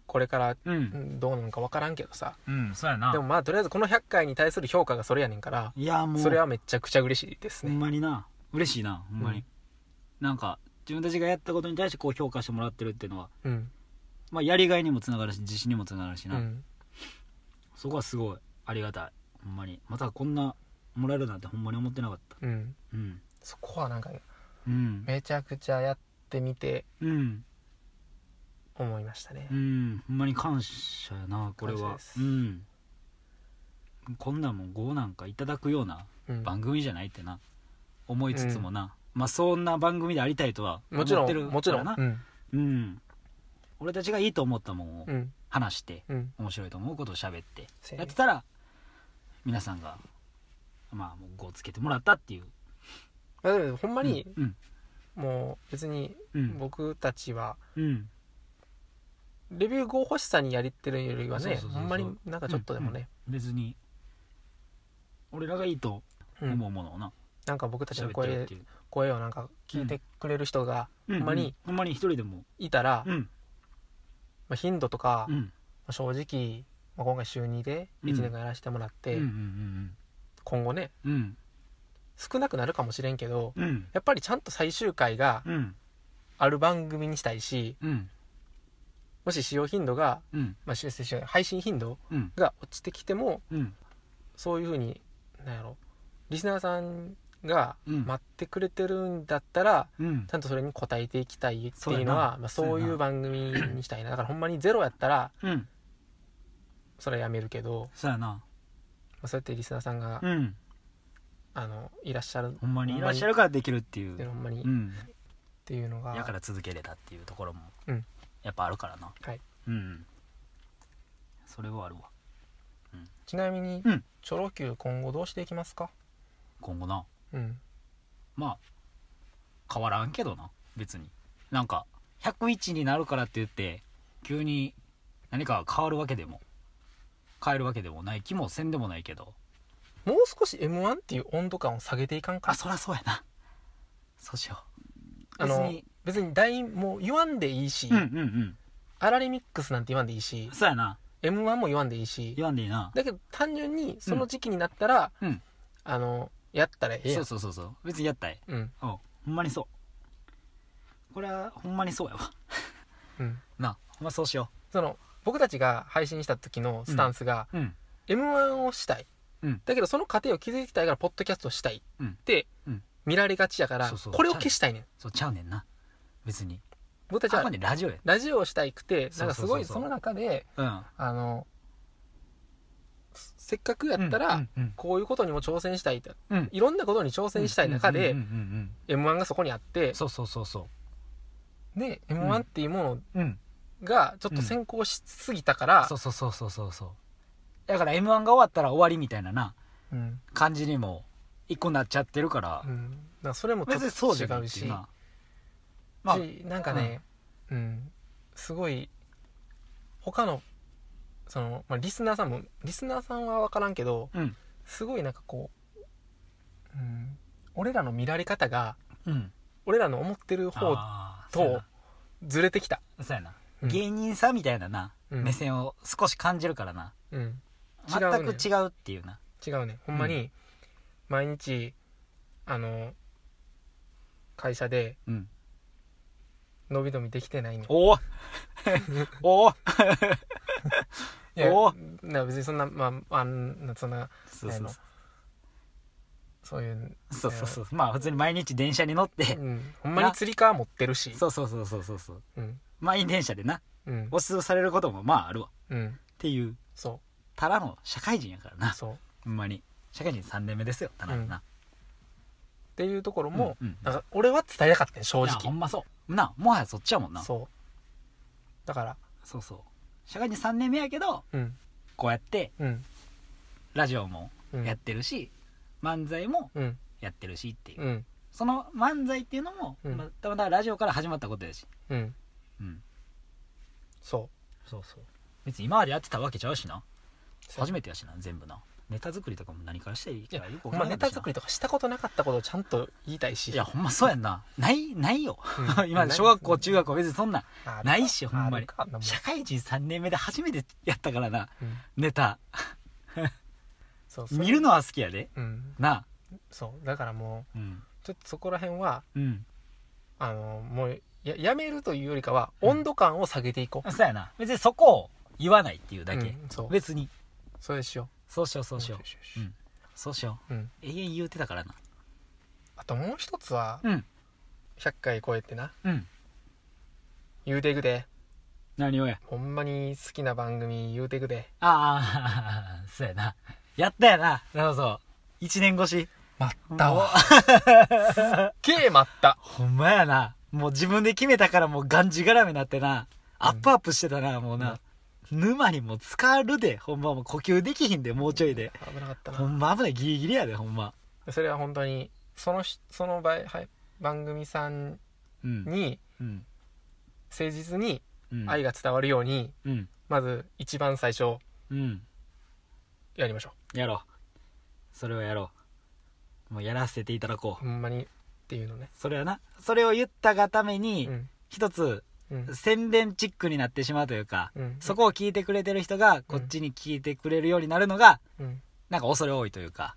Speaker 1: これから
Speaker 2: う
Speaker 1: うんんどうなのか分からんけどさ
Speaker 2: うんそうやな
Speaker 1: でもまあとりあえずこの100回に対する評価がそれやねんから
Speaker 2: いやもう
Speaker 1: それはめちゃくちゃ嬉しいです
Speaker 2: ほん
Speaker 1: ね
Speaker 2: まにな嬉しいなほんまに、
Speaker 1: うん
Speaker 2: なんか自分たちがやったことに対してこう評価してもらってるっていうのは、
Speaker 1: うん
Speaker 2: まあ、やりがいにもつながるし自信にもつながるし
Speaker 1: う
Speaker 2: な、
Speaker 1: ん
Speaker 2: そこはすごいありがたいほんまにまたこんなもらえるなんてほんまに思ってなかった
Speaker 1: うん
Speaker 2: うん
Speaker 1: そこはなんか
Speaker 2: うん
Speaker 1: めちゃくちゃやってみて
Speaker 2: うん
Speaker 1: 思いましたね
Speaker 2: うんほんまに感謝やなこれ
Speaker 1: 感謝
Speaker 2: は
Speaker 1: です
Speaker 2: うんこんなんもん5なんかいただくような
Speaker 1: うん
Speaker 2: 番組じゃないってな思いつつもな、まあそんな番組でありたいとは思
Speaker 1: も
Speaker 2: っ
Speaker 1: ちろ
Speaker 2: て
Speaker 1: ん
Speaker 2: る
Speaker 1: もちろ
Speaker 2: から
Speaker 1: ん
Speaker 2: な
Speaker 1: うん
Speaker 2: うん、俺たちがいいと思ったもんを
Speaker 1: うん
Speaker 2: 話して、
Speaker 1: うん
Speaker 2: 面白いと思うことを喋って
Speaker 1: せや
Speaker 2: や
Speaker 1: ね
Speaker 2: ってたら皆さんがまあもう5つけてもらったっていう
Speaker 1: まあでもほんまに
Speaker 2: うん
Speaker 1: もう別に
Speaker 2: うん
Speaker 1: 僕たちは
Speaker 2: うん
Speaker 1: レビュー5欲しさにやりってるよりは
Speaker 2: そう
Speaker 1: ね
Speaker 2: そうそうそ
Speaker 1: ほ
Speaker 2: うん
Speaker 1: まになんかちょっとでもね
Speaker 2: 別に俺らがいいと
Speaker 1: うん
Speaker 2: 思うものをな
Speaker 1: なんか僕たちの
Speaker 2: 喋ってる
Speaker 1: 声
Speaker 2: っていう
Speaker 1: 声をなんか聞いてくれる人が
Speaker 2: ほ
Speaker 1: んまに
Speaker 2: ほんまに一人でも
Speaker 1: いたら、
Speaker 2: うん
Speaker 1: まあ、頻度とか、
Speaker 2: う
Speaker 1: ま
Speaker 2: ん
Speaker 1: あ正直、まあ、今回週2で
Speaker 2: うん
Speaker 1: 1年間やらせてもらっ
Speaker 2: うん
Speaker 1: て、
Speaker 2: うんうん
Speaker 1: 今後ね
Speaker 2: うん
Speaker 1: 少なくなるかもしれんけど、
Speaker 2: うん
Speaker 1: やっぱりちゃんと最終回が
Speaker 2: うん
Speaker 1: ある番組にしたいし
Speaker 2: うん
Speaker 1: もし使用頻度が、
Speaker 2: うん
Speaker 1: まあ、しし配信頻度
Speaker 2: うん
Speaker 1: が落ちてきても
Speaker 2: うん
Speaker 1: そういうふうになんやろリスナーさんが
Speaker 2: うん
Speaker 1: 待ってくれてるんだったら、
Speaker 2: うん
Speaker 1: ちゃんとそれに応えていきたいっていう
Speaker 2: そうや
Speaker 1: の
Speaker 2: な
Speaker 1: はまあ、そ
Speaker 2: そううや
Speaker 1: い
Speaker 2: な
Speaker 1: う番組にしたいなだからほんまにゼロやったら
Speaker 2: うん
Speaker 1: それはやめるけど、
Speaker 2: そうやな
Speaker 1: まあ、そうやってリスナーさんが、
Speaker 2: うん
Speaker 1: あのいらっしゃる
Speaker 2: ほんまにいらっしゃるからできるってい
Speaker 1: っていう
Speaker 2: う
Speaker 1: のほんまに、
Speaker 2: う
Speaker 1: っ
Speaker 2: ん
Speaker 1: ていうのが
Speaker 2: やから続けれたっていうところも
Speaker 1: うん
Speaker 2: やっぱあるからな
Speaker 1: はい
Speaker 2: うんそれはあるわ
Speaker 1: ちなみに、
Speaker 2: うん
Speaker 1: チョロ Q 今後どうしていきますか
Speaker 2: 今後な
Speaker 1: うん
Speaker 2: まあ変わらんけどな別になんか101になるからって言って急に何か変わるわけでも変えるわけでもない気もせんでもないけど
Speaker 1: もう少し m 1っていう温度感を下げていかんか
Speaker 2: あそらそうやなそうしよ
Speaker 1: あ
Speaker 2: う別
Speaker 1: の
Speaker 2: に
Speaker 1: 別に大もう言わんでいいし、
Speaker 2: うんうんうん
Speaker 1: あられミックスなんて言わんでいいし
Speaker 2: そうやな
Speaker 1: m 1も言わんでいいし
Speaker 2: 言わんでいいな
Speaker 1: だけど単純にその時期になったら、
Speaker 2: うん
Speaker 1: あのやったらええや
Speaker 2: そ
Speaker 1: ん
Speaker 2: うそうそうそう別にやったい
Speaker 1: うん
Speaker 2: うんほんまにそうこれはほんまにそうやわ
Speaker 1: うん
Speaker 2: なほんまそうしよ
Speaker 1: その僕たちが配信した時のスタンスが、
Speaker 2: ううん
Speaker 1: m 1をしたい、
Speaker 2: うん
Speaker 1: だけどその過程を築きたいからポッドキャストをしたいって
Speaker 2: うんうん
Speaker 1: 見られがちやから、
Speaker 2: そうそう
Speaker 1: これを消したいねん
Speaker 2: そうちゃうねんな別に
Speaker 1: 僕たち
Speaker 2: あくま
Speaker 1: は
Speaker 2: でラジオや
Speaker 1: ラジオをしたいくて
Speaker 2: そ
Speaker 1: なん
Speaker 2: う
Speaker 1: か
Speaker 2: そ
Speaker 1: す
Speaker 2: うそ
Speaker 1: ご
Speaker 2: う
Speaker 1: い
Speaker 2: そう
Speaker 1: その中で
Speaker 2: うん
Speaker 1: あのせせっかくやったら、
Speaker 2: うんうん
Speaker 1: こういうことにも挑戦したいと
Speaker 2: うんうん
Speaker 1: いろんなことに挑戦したい中で、
Speaker 2: うんうんうんうんうん
Speaker 1: m 1がそこにあって
Speaker 2: そうそうそうそ
Speaker 1: で m 1っていうもの
Speaker 2: ううん
Speaker 1: がちょっと先行しすぎたから
Speaker 2: そう、そうそうそうそうそうだから m 1が終わったら終わりみたいなな
Speaker 1: うん
Speaker 2: 感じにも一個なっちゃってるから
Speaker 1: うんからそれもちょっ
Speaker 2: 別にそう
Speaker 1: と
Speaker 2: じ
Speaker 1: 違
Speaker 2: ゃないうって
Speaker 1: し
Speaker 2: いうなまあ
Speaker 1: しなんかね、うんすごい他のその、まあ、リスナーさんもリスナーさんは分からんけど
Speaker 2: うん
Speaker 1: すごいなんかこう、うん、俺らの見られ方が
Speaker 2: うん
Speaker 1: 俺らの思ってる方
Speaker 2: あーそうや
Speaker 1: と
Speaker 2: な
Speaker 1: ずれてきた、
Speaker 2: そうやな
Speaker 1: うん
Speaker 2: 芸人さんみたいなな、
Speaker 1: うん
Speaker 2: 目線を少し感じるからな
Speaker 1: うん、違
Speaker 2: 全
Speaker 1: うね
Speaker 2: く違うっていうな
Speaker 1: 違うねほんまに毎日あの会社で
Speaker 2: うん
Speaker 1: 伸び伸びできてないの
Speaker 2: おおおお
Speaker 1: いや
Speaker 2: お
Speaker 1: な別にそんなまああんなそんな
Speaker 2: そうそうそ
Speaker 1: そういう
Speaker 2: うそうそうそうまあ普通に毎日電車に乗って
Speaker 1: うん、ほんまに釣り革持ってるし
Speaker 2: そうそうそうそうそうそう
Speaker 1: うん
Speaker 2: 満員電車でな
Speaker 1: うん
Speaker 2: おすすされることもまああるわっ
Speaker 1: うん
Speaker 2: ていう
Speaker 1: そ
Speaker 2: ただの社会人やから
Speaker 1: う
Speaker 2: な
Speaker 1: そうっ
Speaker 2: ほんまに社会人3年目ですよただのな、
Speaker 1: ていうところも、
Speaker 2: うんうん
Speaker 1: なんか俺は伝えなかったね正
Speaker 2: いやほ
Speaker 1: 直
Speaker 2: んまそうなもはやそっちやもんなそう
Speaker 1: そうだから
Speaker 2: そう社会人3年目やけど
Speaker 1: うん
Speaker 2: こうやって
Speaker 1: うん
Speaker 2: ラジオも
Speaker 1: うん
Speaker 2: やってるし、漫才も
Speaker 1: うん
Speaker 2: やってるしっていう、
Speaker 1: うん
Speaker 2: その漫才っていうのも、
Speaker 1: うん
Speaker 2: またまたラジオから始まったことやし
Speaker 1: うん
Speaker 2: うん
Speaker 1: そ
Speaker 2: そうそう別に今までやってたわけちゃうしな
Speaker 1: そう
Speaker 2: 初めてやしな全部なネタ作りとかも何からしていいかよく
Speaker 1: う
Speaker 2: わ
Speaker 1: ほん
Speaker 2: か
Speaker 1: ま
Speaker 2: らな
Speaker 1: ネ
Speaker 2: い
Speaker 1: タ作りとかしたことなかったことをちゃんと言いたいし
Speaker 2: いやほんまそうやんなないないよ
Speaker 1: うん
Speaker 2: 今小学校中学校別にそんな
Speaker 1: ある
Speaker 2: ないしほんま
Speaker 1: あ
Speaker 2: に
Speaker 1: るかあんなもん
Speaker 2: 社会人3年目で初めてやったからな
Speaker 1: うん
Speaker 2: ネタ
Speaker 1: そうそう
Speaker 2: 見るのは好きやで
Speaker 1: うん
Speaker 2: な
Speaker 1: そうだからも
Speaker 2: うん
Speaker 1: うちょっとそこら辺は
Speaker 2: うん
Speaker 1: あのもうややめるというよりかは温度感を下げていこう、
Speaker 2: そうやな別にそこを言わないっていうだけ、
Speaker 1: うんそう
Speaker 2: 別に
Speaker 1: それしよ
Speaker 2: そうしようそううしよううんそうしよ
Speaker 1: うん
Speaker 2: う永遠言うてたからな
Speaker 1: あともう一つは
Speaker 2: うん
Speaker 1: 100回超えてな
Speaker 2: うん
Speaker 1: 言うていくで
Speaker 2: 何をや
Speaker 1: ほんまに好きな番組言うていくで
Speaker 2: ああそうやなやったやななるほど1年越し
Speaker 1: 待っ
Speaker 2: もう
Speaker 1: けえ待った
Speaker 2: ほんまやなもう自分で決めたからもうがんじがらめになってなアップアップしてたな、もうな、沼にもう浸かるでほんまもう呼吸できひんでもうちょいで、
Speaker 1: 危なかった
Speaker 2: ほ
Speaker 1: なん
Speaker 2: ま危ないギリギリやでほんま
Speaker 1: それは本当にそのしその場合、はい、番組さん
Speaker 2: うん
Speaker 1: に
Speaker 2: うん
Speaker 1: 誠実に
Speaker 2: うん
Speaker 1: 愛が伝わるように、
Speaker 2: うん
Speaker 1: まず一番最初
Speaker 2: うん
Speaker 1: やりましょ
Speaker 2: やろうそれをやろうもうやらせていただこ
Speaker 1: う
Speaker 2: う
Speaker 1: ほんまにっていうのね
Speaker 2: それはなそれを言ったがために
Speaker 1: うん
Speaker 2: 一つ
Speaker 1: うん
Speaker 2: 宣伝チックになってしまうというか
Speaker 1: うん
Speaker 2: そこを聞いてくれてる人がこっちに聞いてくれるようになるのが
Speaker 1: うん
Speaker 2: なんか恐れ多いというか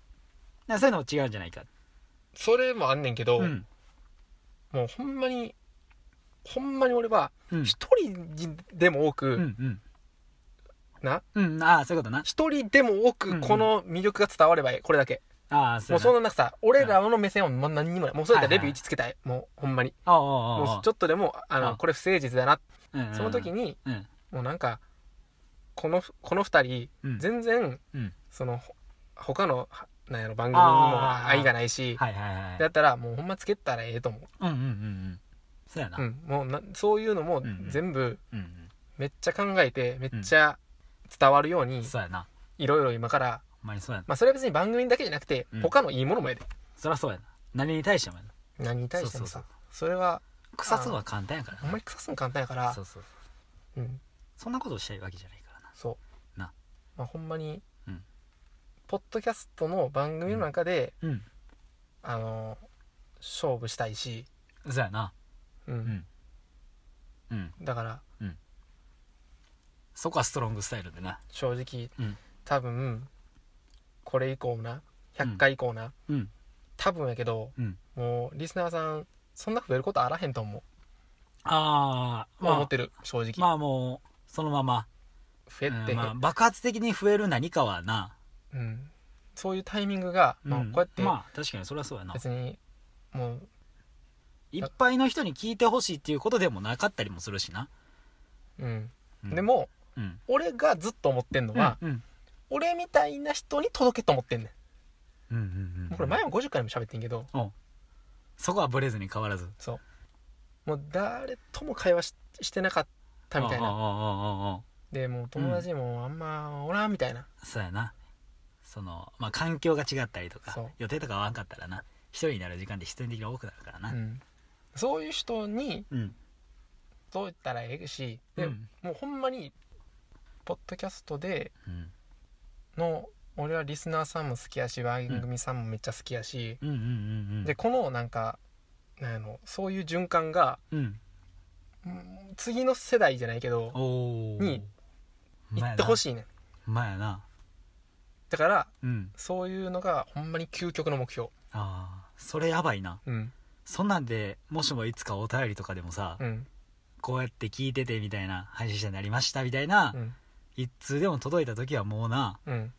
Speaker 2: なんかそういうのも違うんじゃないか
Speaker 1: それもあんねんけど、
Speaker 2: うん
Speaker 1: もうほんまにほんまに俺は
Speaker 2: うん
Speaker 1: 一人でも多く、
Speaker 2: うんうん
Speaker 1: な
Speaker 2: うんああそういうことな
Speaker 1: 一人でも多
Speaker 2: うんう
Speaker 1: く
Speaker 2: ん
Speaker 1: この魅力が伝わればいいこれだけ、
Speaker 2: ああそ
Speaker 1: も
Speaker 2: う
Speaker 1: う
Speaker 2: や
Speaker 1: そん
Speaker 2: な
Speaker 1: な中さ俺らの目線はもう何にもないもうそうやったらレビュ
Speaker 2: はいはい
Speaker 1: ー1つけたい、もうほんまに
Speaker 2: ああああああ
Speaker 1: もうちょっとでもあ
Speaker 2: あ
Speaker 1: のこれ不誠実だな
Speaker 2: うんうんうん
Speaker 1: その時に
Speaker 2: うん
Speaker 1: もうなんかこのこの2人
Speaker 2: うん
Speaker 1: 全然、
Speaker 2: うん
Speaker 1: そのほ他のはなんやろ番組に
Speaker 2: あー
Speaker 1: も愛がないし、
Speaker 2: はいはいはい
Speaker 1: だったらもうほんまつけたらええと思
Speaker 2: うんうんうんうんそうやな
Speaker 1: う、うん、もうなそういうのも
Speaker 2: んうん
Speaker 1: 全部、
Speaker 2: うんうん
Speaker 1: めっちゃ考えてめっちゃ伝わるように
Speaker 2: そうやない
Speaker 1: ろいろ今から、
Speaker 2: ほんまにそうやな
Speaker 1: まあ、それは別に番組だけじゃなくて
Speaker 2: うん
Speaker 1: 他のいいものもやで、
Speaker 2: そりゃそうやな何に対してもやな
Speaker 1: 何に対してもさ
Speaker 2: そう
Speaker 1: それは
Speaker 2: 腐すのは簡単やから
Speaker 1: ほんまに腐すの簡単やから
Speaker 2: なそうそうそう
Speaker 1: うん
Speaker 2: そんなことをしたいわけじゃないからな
Speaker 1: そう
Speaker 2: な
Speaker 1: まあ、ほんまに、
Speaker 2: うん
Speaker 1: ポッドキャストの番組の中で、
Speaker 2: うん
Speaker 1: あの勝負したいし、
Speaker 2: そうやな
Speaker 1: うん
Speaker 2: んうん
Speaker 1: だから
Speaker 2: そこはストロングスタイルでな
Speaker 1: 正直、
Speaker 2: うん
Speaker 1: 多分これ以降もな100回以降な、
Speaker 2: うん
Speaker 1: 多分やけど
Speaker 2: うん
Speaker 1: もうリスナーさんそんな増えることあらへんと思
Speaker 2: ああ
Speaker 1: う、まあ、思
Speaker 2: ま
Speaker 1: ってる正直、
Speaker 2: あまあもうそのまま、
Speaker 1: 増えて、
Speaker 2: うんまあ、爆発的に増える何かはな、
Speaker 1: うん、そういうタイミングが、まあ、
Speaker 2: う
Speaker 1: こ
Speaker 2: ん
Speaker 1: うやって
Speaker 2: まあ確かにそれはそうやな
Speaker 1: 別にもう
Speaker 2: いっぱいの人に聞いてほしいっていうことでもなかったりもするしな、
Speaker 1: うん、
Speaker 2: うん
Speaker 1: でも
Speaker 2: うん
Speaker 1: 俺がずっと思ってんのは、
Speaker 2: うんうん
Speaker 1: 俺みたいな人に届けと思ってんね
Speaker 2: うんうんうん
Speaker 1: んもうこれ前も50回も喋ってんけど
Speaker 2: おそこはブレずに変わらず
Speaker 1: そうもう誰とも会話ししてなかったみたい
Speaker 2: おう
Speaker 1: な
Speaker 2: おうおうおうおう
Speaker 1: でもう友達もあんまおらんみたいな、
Speaker 2: そうやなそのまあ環境が違ったりとか
Speaker 1: そう
Speaker 2: 予定とか合わんかったらな一人になる時間って必然的に多くなるからな
Speaker 1: うん、そういう人に
Speaker 2: うん
Speaker 1: どう言ったらええしで、
Speaker 2: うん
Speaker 1: もうほんまにポッドキャストで
Speaker 2: うん
Speaker 1: の俺はリスナーさんも好きやし番組さんもめっちゃ好きやし、
Speaker 2: うんうんうんうん
Speaker 1: でこのなんかなんやろそういう循環が
Speaker 2: うん
Speaker 1: うん次の世代じゃないけど
Speaker 2: おお
Speaker 1: に行ってほ
Speaker 2: い
Speaker 1: しいねん
Speaker 2: まあやな
Speaker 1: だから
Speaker 2: うん
Speaker 1: そういうのがほんまに究極の目標
Speaker 2: ああそれやばいな
Speaker 1: うん
Speaker 2: そんなんでもしもいつかお便りとかでもさ、
Speaker 1: うん
Speaker 2: こうやって聞いててみたいな配信者になりましたみたいな、
Speaker 1: うん
Speaker 2: 一通でも届いた時はもうな
Speaker 1: うん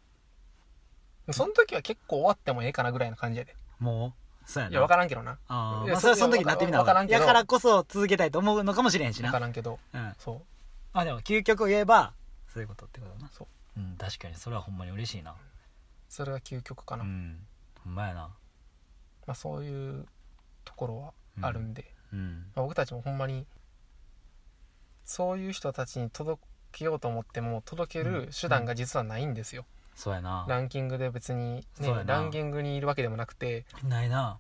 Speaker 1: その時は結構終わってもええかなぐらいの感じやで
Speaker 2: もうそうやない
Speaker 1: や分からんけどな
Speaker 2: あ
Speaker 1: い
Speaker 2: ー
Speaker 1: や
Speaker 2: まあそれは
Speaker 1: そ
Speaker 2: そ
Speaker 1: れ
Speaker 2: の時になってみな
Speaker 1: わからんけど
Speaker 2: だからこそ続けたいと思うのかもしれへんし
Speaker 1: 分
Speaker 2: な
Speaker 1: からんけど
Speaker 2: うん、
Speaker 1: そ
Speaker 2: あでも究極を言えばそういうことってことだな、
Speaker 1: そう
Speaker 2: ん、確かにそれはほんまに嬉しいな
Speaker 1: うそれが究極か
Speaker 2: う
Speaker 1: な、
Speaker 2: んほんまやな
Speaker 1: まあ、そういうところはあるんで、
Speaker 2: うん
Speaker 1: まあ僕たちもほんまにそういう人たちに届けようと思っても届ける手段が実はないんですよ、
Speaker 2: そうやな
Speaker 1: ランキングで別に、
Speaker 2: そう
Speaker 1: ね
Speaker 2: や、な
Speaker 1: ランキングにいるわけでもなくて
Speaker 2: ないな、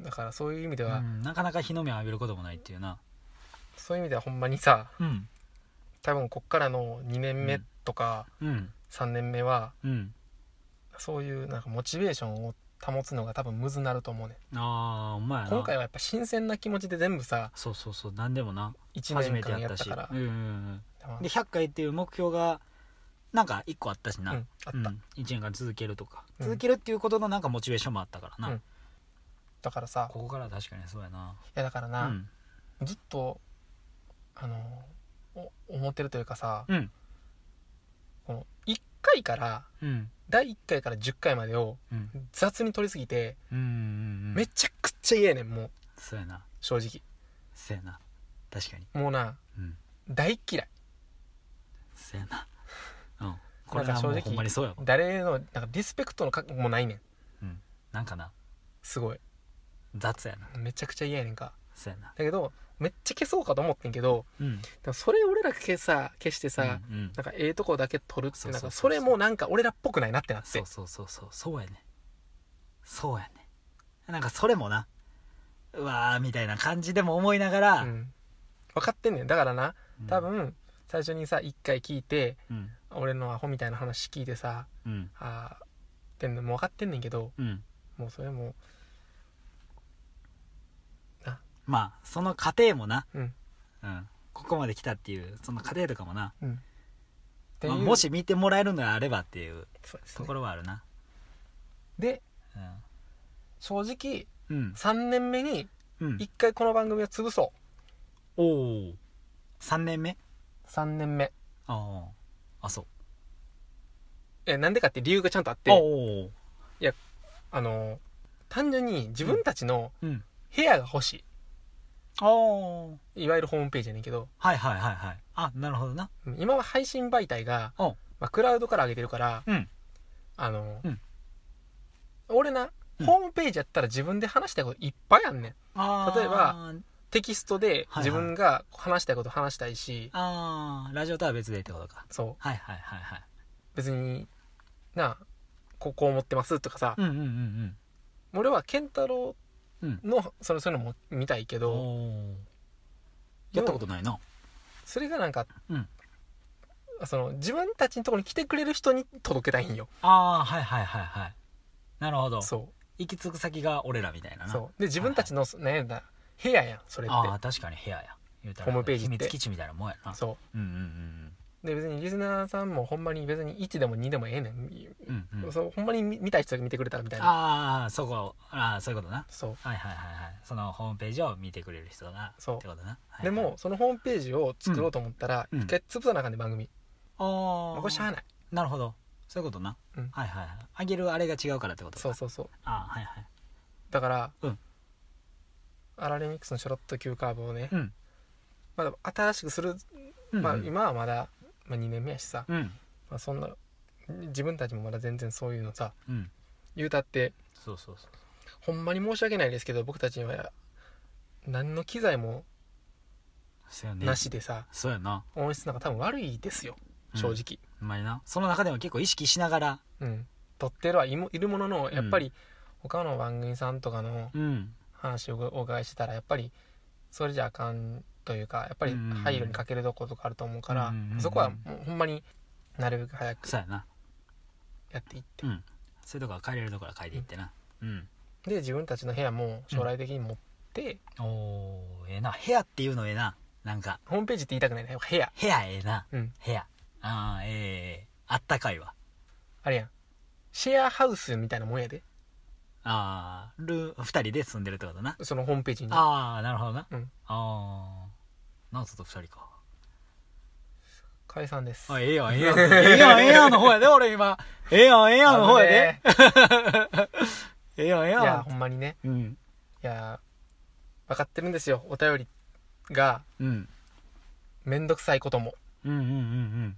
Speaker 1: だからそういう意味で
Speaker 2: う
Speaker 1: は、
Speaker 2: ん、なかなか日の目を浴びることもないっていうな
Speaker 1: そういう意味ではほんまにさ
Speaker 2: うん
Speaker 1: 多分こっからの2年目とか
Speaker 2: うん
Speaker 1: 3年目は、
Speaker 2: うん
Speaker 1: そういうなんかモチベーションを保つのが多分むずなると思うね
Speaker 2: ああほんまやな
Speaker 1: 今回はやっぱ新鮮な気持ちで全部さ
Speaker 2: そうそうそう何でもな
Speaker 1: 1
Speaker 2: 初
Speaker 1: 年
Speaker 2: めて
Speaker 1: 間
Speaker 2: や
Speaker 1: や
Speaker 2: っ
Speaker 1: ったた
Speaker 2: し
Speaker 1: から
Speaker 2: うんうんうん
Speaker 1: まあ
Speaker 2: で100回っていう目標がなんか1個あったし
Speaker 1: う
Speaker 2: な、
Speaker 1: ん、あった、
Speaker 2: うん、1年間続けるとか、
Speaker 1: うん
Speaker 2: 続けるっていうことのなんかモチベーションもあったからな、
Speaker 1: うんだからさい
Speaker 2: ここから確かにそうやな
Speaker 1: やだから
Speaker 2: う
Speaker 1: な、
Speaker 2: ん
Speaker 1: ずっとあのお思ってるというかさ、
Speaker 2: うん
Speaker 1: この1回から
Speaker 2: うん
Speaker 1: 第1回から10回までを
Speaker 2: うん
Speaker 1: 雑に取りすぎて、
Speaker 2: うんうん
Speaker 1: めちゃくちゃ嫌やねんもう
Speaker 2: そうやな
Speaker 1: 正直
Speaker 2: そうやな確かに
Speaker 1: もうな
Speaker 2: うん
Speaker 1: 大嫌い
Speaker 2: そうやなうんこれは
Speaker 1: 正
Speaker 2: もう
Speaker 1: 直
Speaker 2: ほんまにそうやわ
Speaker 1: 誰へのなんかリスペクトの覚悟もないねん
Speaker 2: うんなんかな
Speaker 1: すごい
Speaker 2: 雑やな
Speaker 1: めちゃくちゃ嫌やねんか
Speaker 2: そうやな
Speaker 1: だけどめっちゃ消そうかと思ってんけど
Speaker 2: うん
Speaker 1: でもそれ俺ら消さ消してさ、
Speaker 2: うんうん
Speaker 1: なんかええとこだけ取るって
Speaker 2: そう
Speaker 1: な
Speaker 2: そ
Speaker 1: ん
Speaker 2: う
Speaker 1: か
Speaker 2: そ
Speaker 1: そう
Speaker 2: そう
Speaker 1: れもなんか俺らっぽくないなってなっ
Speaker 2: そ
Speaker 1: て
Speaker 2: うそうそうそうそうやねそうやねなんかそれもなうわーみたいな感じでも思いながら、
Speaker 1: うん、分かってんねんだからな
Speaker 2: うん
Speaker 1: 多分、最初にさ一回聞いて
Speaker 2: うん
Speaker 1: 俺のアホみたいな話聞いてさ
Speaker 2: うん
Speaker 1: あーってんのも分かってんねんけど
Speaker 2: うん
Speaker 1: もうそれも
Speaker 2: まあその過程もな、
Speaker 1: うん
Speaker 2: うん、ここまで来たっていうその過程とかもな、
Speaker 1: うんっていう
Speaker 2: まあ、もし見てもらえるのであればっていう
Speaker 1: そうです
Speaker 2: と
Speaker 1: ね
Speaker 2: ころはあるな、
Speaker 1: で正直
Speaker 2: うんうん
Speaker 1: 3年目に
Speaker 2: うん
Speaker 1: 一回この番組を潰そ
Speaker 2: おお3年目
Speaker 1: う3年目
Speaker 2: あああそう
Speaker 1: えなんでかって理由がちゃんとあって
Speaker 2: おお
Speaker 1: あの単純に自分たちの
Speaker 2: うん
Speaker 1: 部屋が欲し
Speaker 2: ああ
Speaker 1: い、いわゆるホームページやねんけど
Speaker 2: はいはいはいはいあなるほどな
Speaker 1: うん今は配信媒体が、
Speaker 2: お
Speaker 1: ま
Speaker 2: う
Speaker 1: あ、クラウドから上げてるから
Speaker 2: うん
Speaker 1: あの、
Speaker 2: うん
Speaker 1: 俺な
Speaker 2: うん
Speaker 1: ホームページやったら自分で話したいこといっぱいあんねん
Speaker 2: あー
Speaker 1: 例えばテキストで
Speaker 2: はいはい
Speaker 1: 自分が話したいこと話したいし、
Speaker 2: あーラジオとは別でってことか
Speaker 1: そう
Speaker 2: はいはいはいはい
Speaker 1: 別になあここ思ってますとかさ、
Speaker 2: うんうんうん
Speaker 1: 俺は健太郎
Speaker 2: うん
Speaker 1: のそれそういうのも見たいけ
Speaker 2: うん
Speaker 1: ど、
Speaker 2: おおやったことないな
Speaker 1: それがなんか、
Speaker 2: うん
Speaker 1: その自分たちのところに来てくれる人に届けたいんよ
Speaker 2: ああはいはいはいはいなるほど
Speaker 1: そ
Speaker 2: 行き着く先が俺らみたいな
Speaker 1: う
Speaker 2: な
Speaker 1: そうで自分たちの悩んだ部屋やんそれって
Speaker 2: ああ確かに部屋や言うたら
Speaker 1: ホームページって
Speaker 2: 秘密基地みたいなもんやな
Speaker 1: そう
Speaker 2: うんうん
Speaker 1: うで別にリスナーさんもほんまに別に1でも2でもええねん、
Speaker 2: うんうんうんうん
Speaker 1: そうほんまに見見たい人が見てくれたらみたいな
Speaker 2: ああそこああそういうことな
Speaker 1: そう
Speaker 2: はいはいはいはいそのホームページを見てくれる人が
Speaker 1: そう
Speaker 2: ってことな、はいはい
Speaker 1: でもそのホームページを作ろうと思ったら
Speaker 2: うん
Speaker 1: 一回潰さなあかんね番組、
Speaker 2: あ
Speaker 1: ま
Speaker 2: あ
Speaker 1: あこれしゃあない
Speaker 2: なるほどそういうことな、
Speaker 1: うん
Speaker 2: はいはいはいあげるあれが違うからってことか
Speaker 1: そうそうそう
Speaker 2: ああはいはい
Speaker 1: だから、
Speaker 2: うん
Speaker 1: アラレミックスのショロット急カーブをね、
Speaker 2: うん
Speaker 1: まだ新しくする、
Speaker 2: うん
Speaker 1: まあ、
Speaker 2: うん
Speaker 1: 今はまだ、まあ、2年目やしさ、
Speaker 2: うん
Speaker 1: まあ、そんな自分たちもまだ全然そういうのさ
Speaker 2: うん
Speaker 1: 言うたって
Speaker 2: そうそうそう
Speaker 1: ほんまに申し訳ないですけど僕たちは何の機材も
Speaker 2: そうやね
Speaker 1: なしでさ、
Speaker 2: そうやな
Speaker 1: 音質なんか多分悪いですよ
Speaker 2: うん
Speaker 1: 正直、
Speaker 2: ほんまになその中でも結構意識しながら
Speaker 1: うん撮ってるはいもいるもののやっぱり、他の番組さんとかの
Speaker 2: うん
Speaker 1: 話をお伺いしてたらやっぱりそれじゃあかんというかやっぱり
Speaker 2: うん
Speaker 1: 配慮に欠けるとことかあると思うから、
Speaker 2: うんうんうん
Speaker 1: そこはもうほんまになるべく早く
Speaker 2: そうやな
Speaker 1: やっていって、
Speaker 2: うんそういうとこは変えれるところは変えていってなうん
Speaker 1: で自分たちの部屋も将来的に持って、
Speaker 2: おーええな部屋っていうのええななんか
Speaker 1: ホームページって言いたくないね部屋
Speaker 2: 部屋ええな
Speaker 1: うん
Speaker 2: 部屋ああええええあったかいわ
Speaker 1: あれやんシェアハウスみたいなもんやで
Speaker 2: ああル2人で住んでるってことな
Speaker 1: そのホームページに
Speaker 2: ああなるほどな、
Speaker 1: うん
Speaker 2: ああ直人と2人か
Speaker 1: 解散です
Speaker 2: あええやんええやんええやんええやんの方やで俺今ええやんええやんの方やで
Speaker 1: あのね
Speaker 2: ええやんええ
Speaker 1: いや
Speaker 2: や
Speaker 1: ほんまにね
Speaker 2: んうん
Speaker 1: いや分かってるんですよお便りが
Speaker 2: うん
Speaker 1: めんどくさいことも
Speaker 2: うんうんうんうん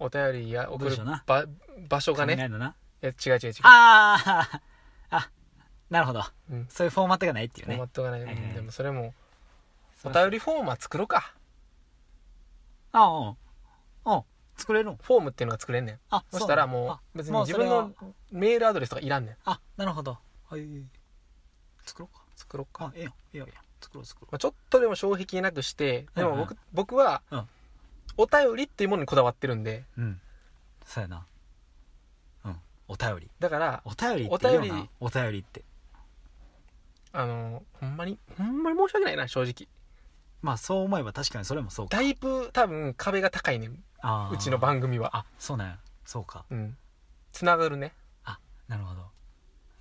Speaker 1: お便りや送
Speaker 2: 文
Speaker 1: る
Speaker 2: 章な
Speaker 1: ば場所が
Speaker 2: 考え
Speaker 1: ね
Speaker 2: るのな
Speaker 1: え違う違う違う
Speaker 2: あああなるほど
Speaker 1: うん
Speaker 2: そういうフォーマットがないっていう
Speaker 1: フォーマ
Speaker 2: ね
Speaker 1: ットがない、
Speaker 2: はいはいはい
Speaker 1: でもそれもお
Speaker 2: そうそう
Speaker 1: 便りフォームは作ろうか
Speaker 2: ああうんうん作れるの
Speaker 1: フォームっていうのが作れんねん
Speaker 2: あ
Speaker 1: そしたら
Speaker 2: うなの
Speaker 1: も
Speaker 2: あ
Speaker 1: う別に
Speaker 2: もう
Speaker 1: 自分
Speaker 2: それは
Speaker 1: のメールアドレスとかいらんねん
Speaker 2: あなるほどはい作ろうか
Speaker 1: 作ろうか、
Speaker 2: あええやんええやんええやん作ろう作ろ
Speaker 1: まあ、ちょっとでも障壁なくしてでも僕,、
Speaker 2: う
Speaker 1: 僕は、
Speaker 2: うん
Speaker 1: お便りっていうものにこだわってるんで
Speaker 2: ううんそうやなうんお便り
Speaker 1: だから
Speaker 2: お便りっていい
Speaker 1: お
Speaker 2: よ
Speaker 1: 便
Speaker 2: な
Speaker 1: り
Speaker 2: お便りって
Speaker 1: あのほんまにほんまに申し訳ないな正直
Speaker 2: まあそう思えば確かにそれもそうか
Speaker 1: だいぶ多分壁が高いねん
Speaker 2: あー
Speaker 1: うちの番組は
Speaker 2: あそうなんやそうか
Speaker 1: うんつながるね
Speaker 2: あなるほど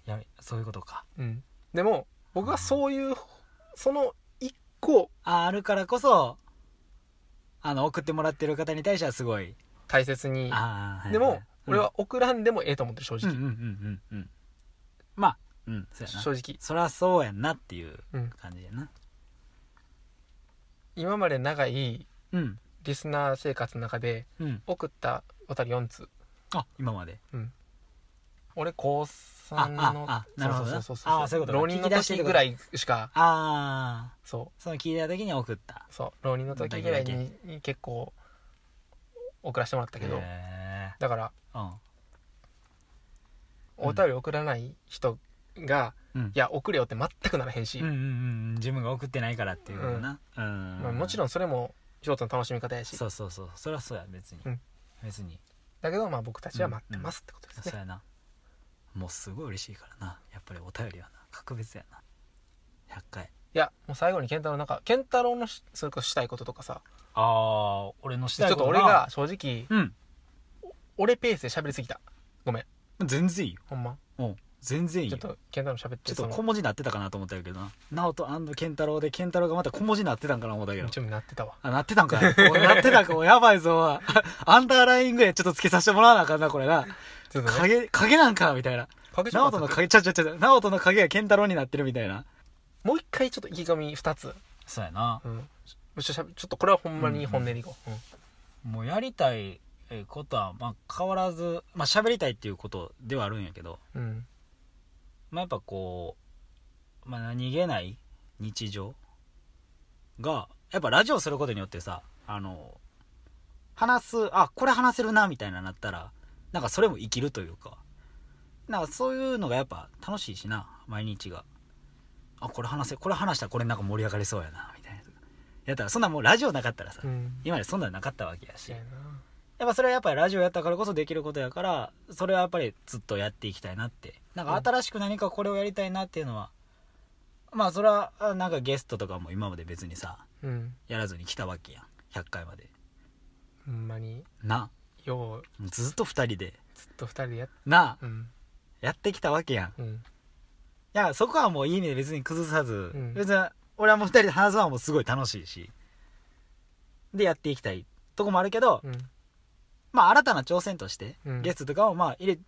Speaker 2: やれそういうことか
Speaker 1: うんでも僕はそういうその一個
Speaker 2: ああるからこそあの送ってもらってる方に対してはすごい
Speaker 1: 大切に
Speaker 2: ああ
Speaker 1: でも俺は送らんでもええと思ってる正
Speaker 2: うんうん
Speaker 1: 直
Speaker 2: うんうんうんまあうんそうやな
Speaker 1: 正直
Speaker 2: そりゃそうやんなっていう
Speaker 1: うん
Speaker 2: 感じやな
Speaker 1: 今まで長い
Speaker 2: うん
Speaker 1: リスナー生活の中で
Speaker 2: うん
Speaker 1: 送ったおたり4通
Speaker 2: あ今まで
Speaker 1: 俺高3の
Speaker 2: あああなるほどな
Speaker 1: そうそうそう
Speaker 2: あそういう
Speaker 1: そう
Speaker 2: ことか
Speaker 1: 浪人の時ぐらいしか
Speaker 2: ああ
Speaker 1: そ
Speaker 2: その聞いた時に送った
Speaker 1: うそう浪人の時ぐらいにに結構送らせてもらったけど
Speaker 2: へえ
Speaker 1: だから
Speaker 2: うんうん
Speaker 1: お便り送らない人が
Speaker 2: うん
Speaker 1: 「いや送れよ」って全くならへんし、
Speaker 2: うんうんうん自分が送ってないからっていうことな、うん
Speaker 1: まあ、もちろ
Speaker 2: ん
Speaker 1: んそれも一つの楽しみ方やし
Speaker 2: そうそうそうそりゃそうや別に、
Speaker 1: うん
Speaker 2: 別に
Speaker 1: だけどまあ僕たちは待ってますってことですね、
Speaker 2: そうやなもうすごい嬉しいからなやっぱりお便りはな格別やな100回
Speaker 1: いやもう最後に健太郎なんか健太郎のしそれこそしたいこととかさ
Speaker 2: ああ俺のし
Speaker 1: ちょっと俺が正直
Speaker 2: うん
Speaker 1: 俺ペースで喋りすぎたごめん
Speaker 2: 全然いいよ
Speaker 1: ほんま
Speaker 2: うん全然いい
Speaker 1: ちょ
Speaker 2: よ
Speaker 1: っと健太郎喋って
Speaker 2: ちょっと
Speaker 1: そ
Speaker 2: 小文字なってたかなと思ったけどな直人健太郎で健太郎がまた小文字なってたんかな思ったけど
Speaker 1: のちょっとなってたわ
Speaker 2: あなってたんかいおいなってたんかおいやばいぞ アンダーラインぐらいちょっとつけさせてもらわなあかんなこれな
Speaker 1: ちょっとね
Speaker 2: 影影なんかみたいな
Speaker 1: かけちゃ
Speaker 2: 直
Speaker 1: おうか
Speaker 2: 人の影ちゃうちゃうちゃう直人の影が健太郎になってるみたいな
Speaker 1: もう一回ちょっと意気込み2つ、
Speaker 2: そうやな
Speaker 1: うん、ちょちょちょっとこれはほんまに本音でいこう、うん
Speaker 2: もうやりたいことは、まあ、変わらずまあ喋りたいっていうことではあるんやけど、
Speaker 1: うん
Speaker 2: まあ、やっぱこう、まあ、何気ない日常がやっぱラジオすることによってさあの話すあこれ話せるなみたいななったらなんかそれも生きるというかなんかそういうのがやっぱ楽しいしな毎日があこれ話せこれ話したらこれなんか盛り上がりそうやなみたいなやったらそんなもうラジオなかったらさ、
Speaker 1: うん
Speaker 2: 今までそんなんなかったわけやし
Speaker 1: そうやな
Speaker 2: やっぱそれはやっぱりラジオやったからこそできることやからそれはやっぱりずっとやっていきたいなってなんか新しく何かこれをやりたいなっていうのは、まあそれはあなんかゲストとかも今まで別にさ
Speaker 1: うん
Speaker 2: やらずに来たわけやん100回まで
Speaker 1: ほんまに
Speaker 2: な
Speaker 1: よう
Speaker 2: ずっと2人で
Speaker 1: ずっと2人でやっ
Speaker 2: な
Speaker 1: うん
Speaker 2: やってきたわけやんい
Speaker 1: うん
Speaker 2: やそこはもういい意味で別に崩さず、
Speaker 1: うん
Speaker 2: 別に俺はもう2人で話すのはもうすごい楽しいしでやっていきたいとこもあるけど、
Speaker 1: うん
Speaker 2: まあ新たな挑戦として、
Speaker 1: うん
Speaker 2: ゲストとかをまあ入れ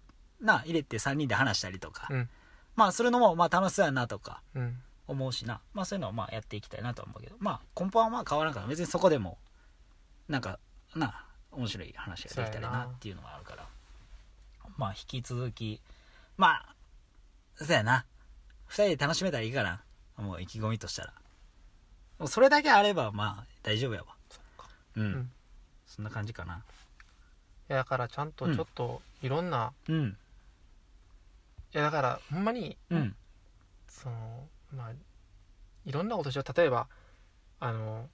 Speaker 2: な入れて3人で話したりとか、
Speaker 1: うん
Speaker 2: まあそれのもまあ楽しそうやなとか
Speaker 1: うん
Speaker 2: 思うしなまあそういうのはまあやっていきたいなとは思うけどまあ根本はまあ変わらんから別にそこでもなんかな面白い話ができた
Speaker 1: そう
Speaker 2: ら
Speaker 1: やな
Speaker 2: なっていうのがあるからまあ引き続きまあそうやな2人で楽しめたらいいからもう意気込みとしたらもうそれだけあればまあ大丈夫やわうん、
Speaker 1: ん
Speaker 2: そんな感じかない
Speaker 1: やだからちゃんとちょっといろんな
Speaker 2: うん
Speaker 1: やだからほんまに
Speaker 2: うん
Speaker 1: そのまあいろんなことしよう例えばあの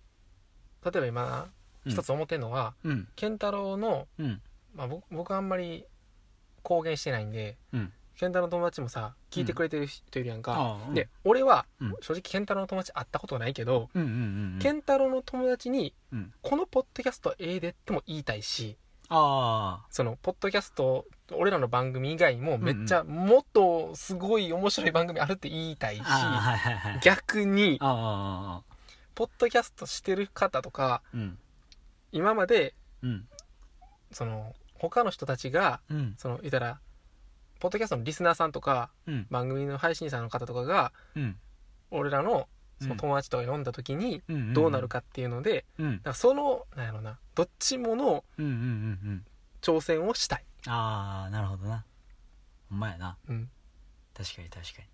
Speaker 1: 例えば今
Speaker 2: うん
Speaker 1: 一つ思ってんのは、
Speaker 2: うん
Speaker 1: 健太郎の、
Speaker 2: うん
Speaker 1: まあ、僕僕はあんまり公言してないんで、
Speaker 2: うん
Speaker 1: 健太郎の友達もさ聞いてくれてる人いるやんか、
Speaker 2: ああうん
Speaker 1: で俺は、
Speaker 2: うん
Speaker 1: 正直健太郎の友達会ったことないけど、
Speaker 2: うんうんうんうん
Speaker 1: 健太郎の友達に、
Speaker 2: うん
Speaker 1: このポッドキャストええでっても言いたいし
Speaker 2: あ
Speaker 1: そのポッドキャスト俺らの番組以外もめっちゃ、もっとすごい面白い番組あるって言いたいし
Speaker 2: あああはいはいはい
Speaker 1: 逆に
Speaker 2: ああああ
Speaker 1: ポッドキャストしてる方とか
Speaker 2: うん
Speaker 1: 今まで
Speaker 2: うん
Speaker 1: その他の人たちが
Speaker 2: うん
Speaker 1: その言ったらポッドキャストのリスナーさんとか
Speaker 2: うん
Speaker 1: 番組の配信者の方とかが
Speaker 2: うん
Speaker 1: 俺らのその
Speaker 2: うん
Speaker 1: 友達とか読んだ時に
Speaker 2: うんうん
Speaker 1: どうなるかっていうので、
Speaker 2: うん
Speaker 1: なんかそのなんやろなどっちもの
Speaker 2: うんうんうんうん
Speaker 1: 挑戦をしたい、
Speaker 2: ああなるほどなほんまやな
Speaker 1: うん、
Speaker 2: 確かに確かに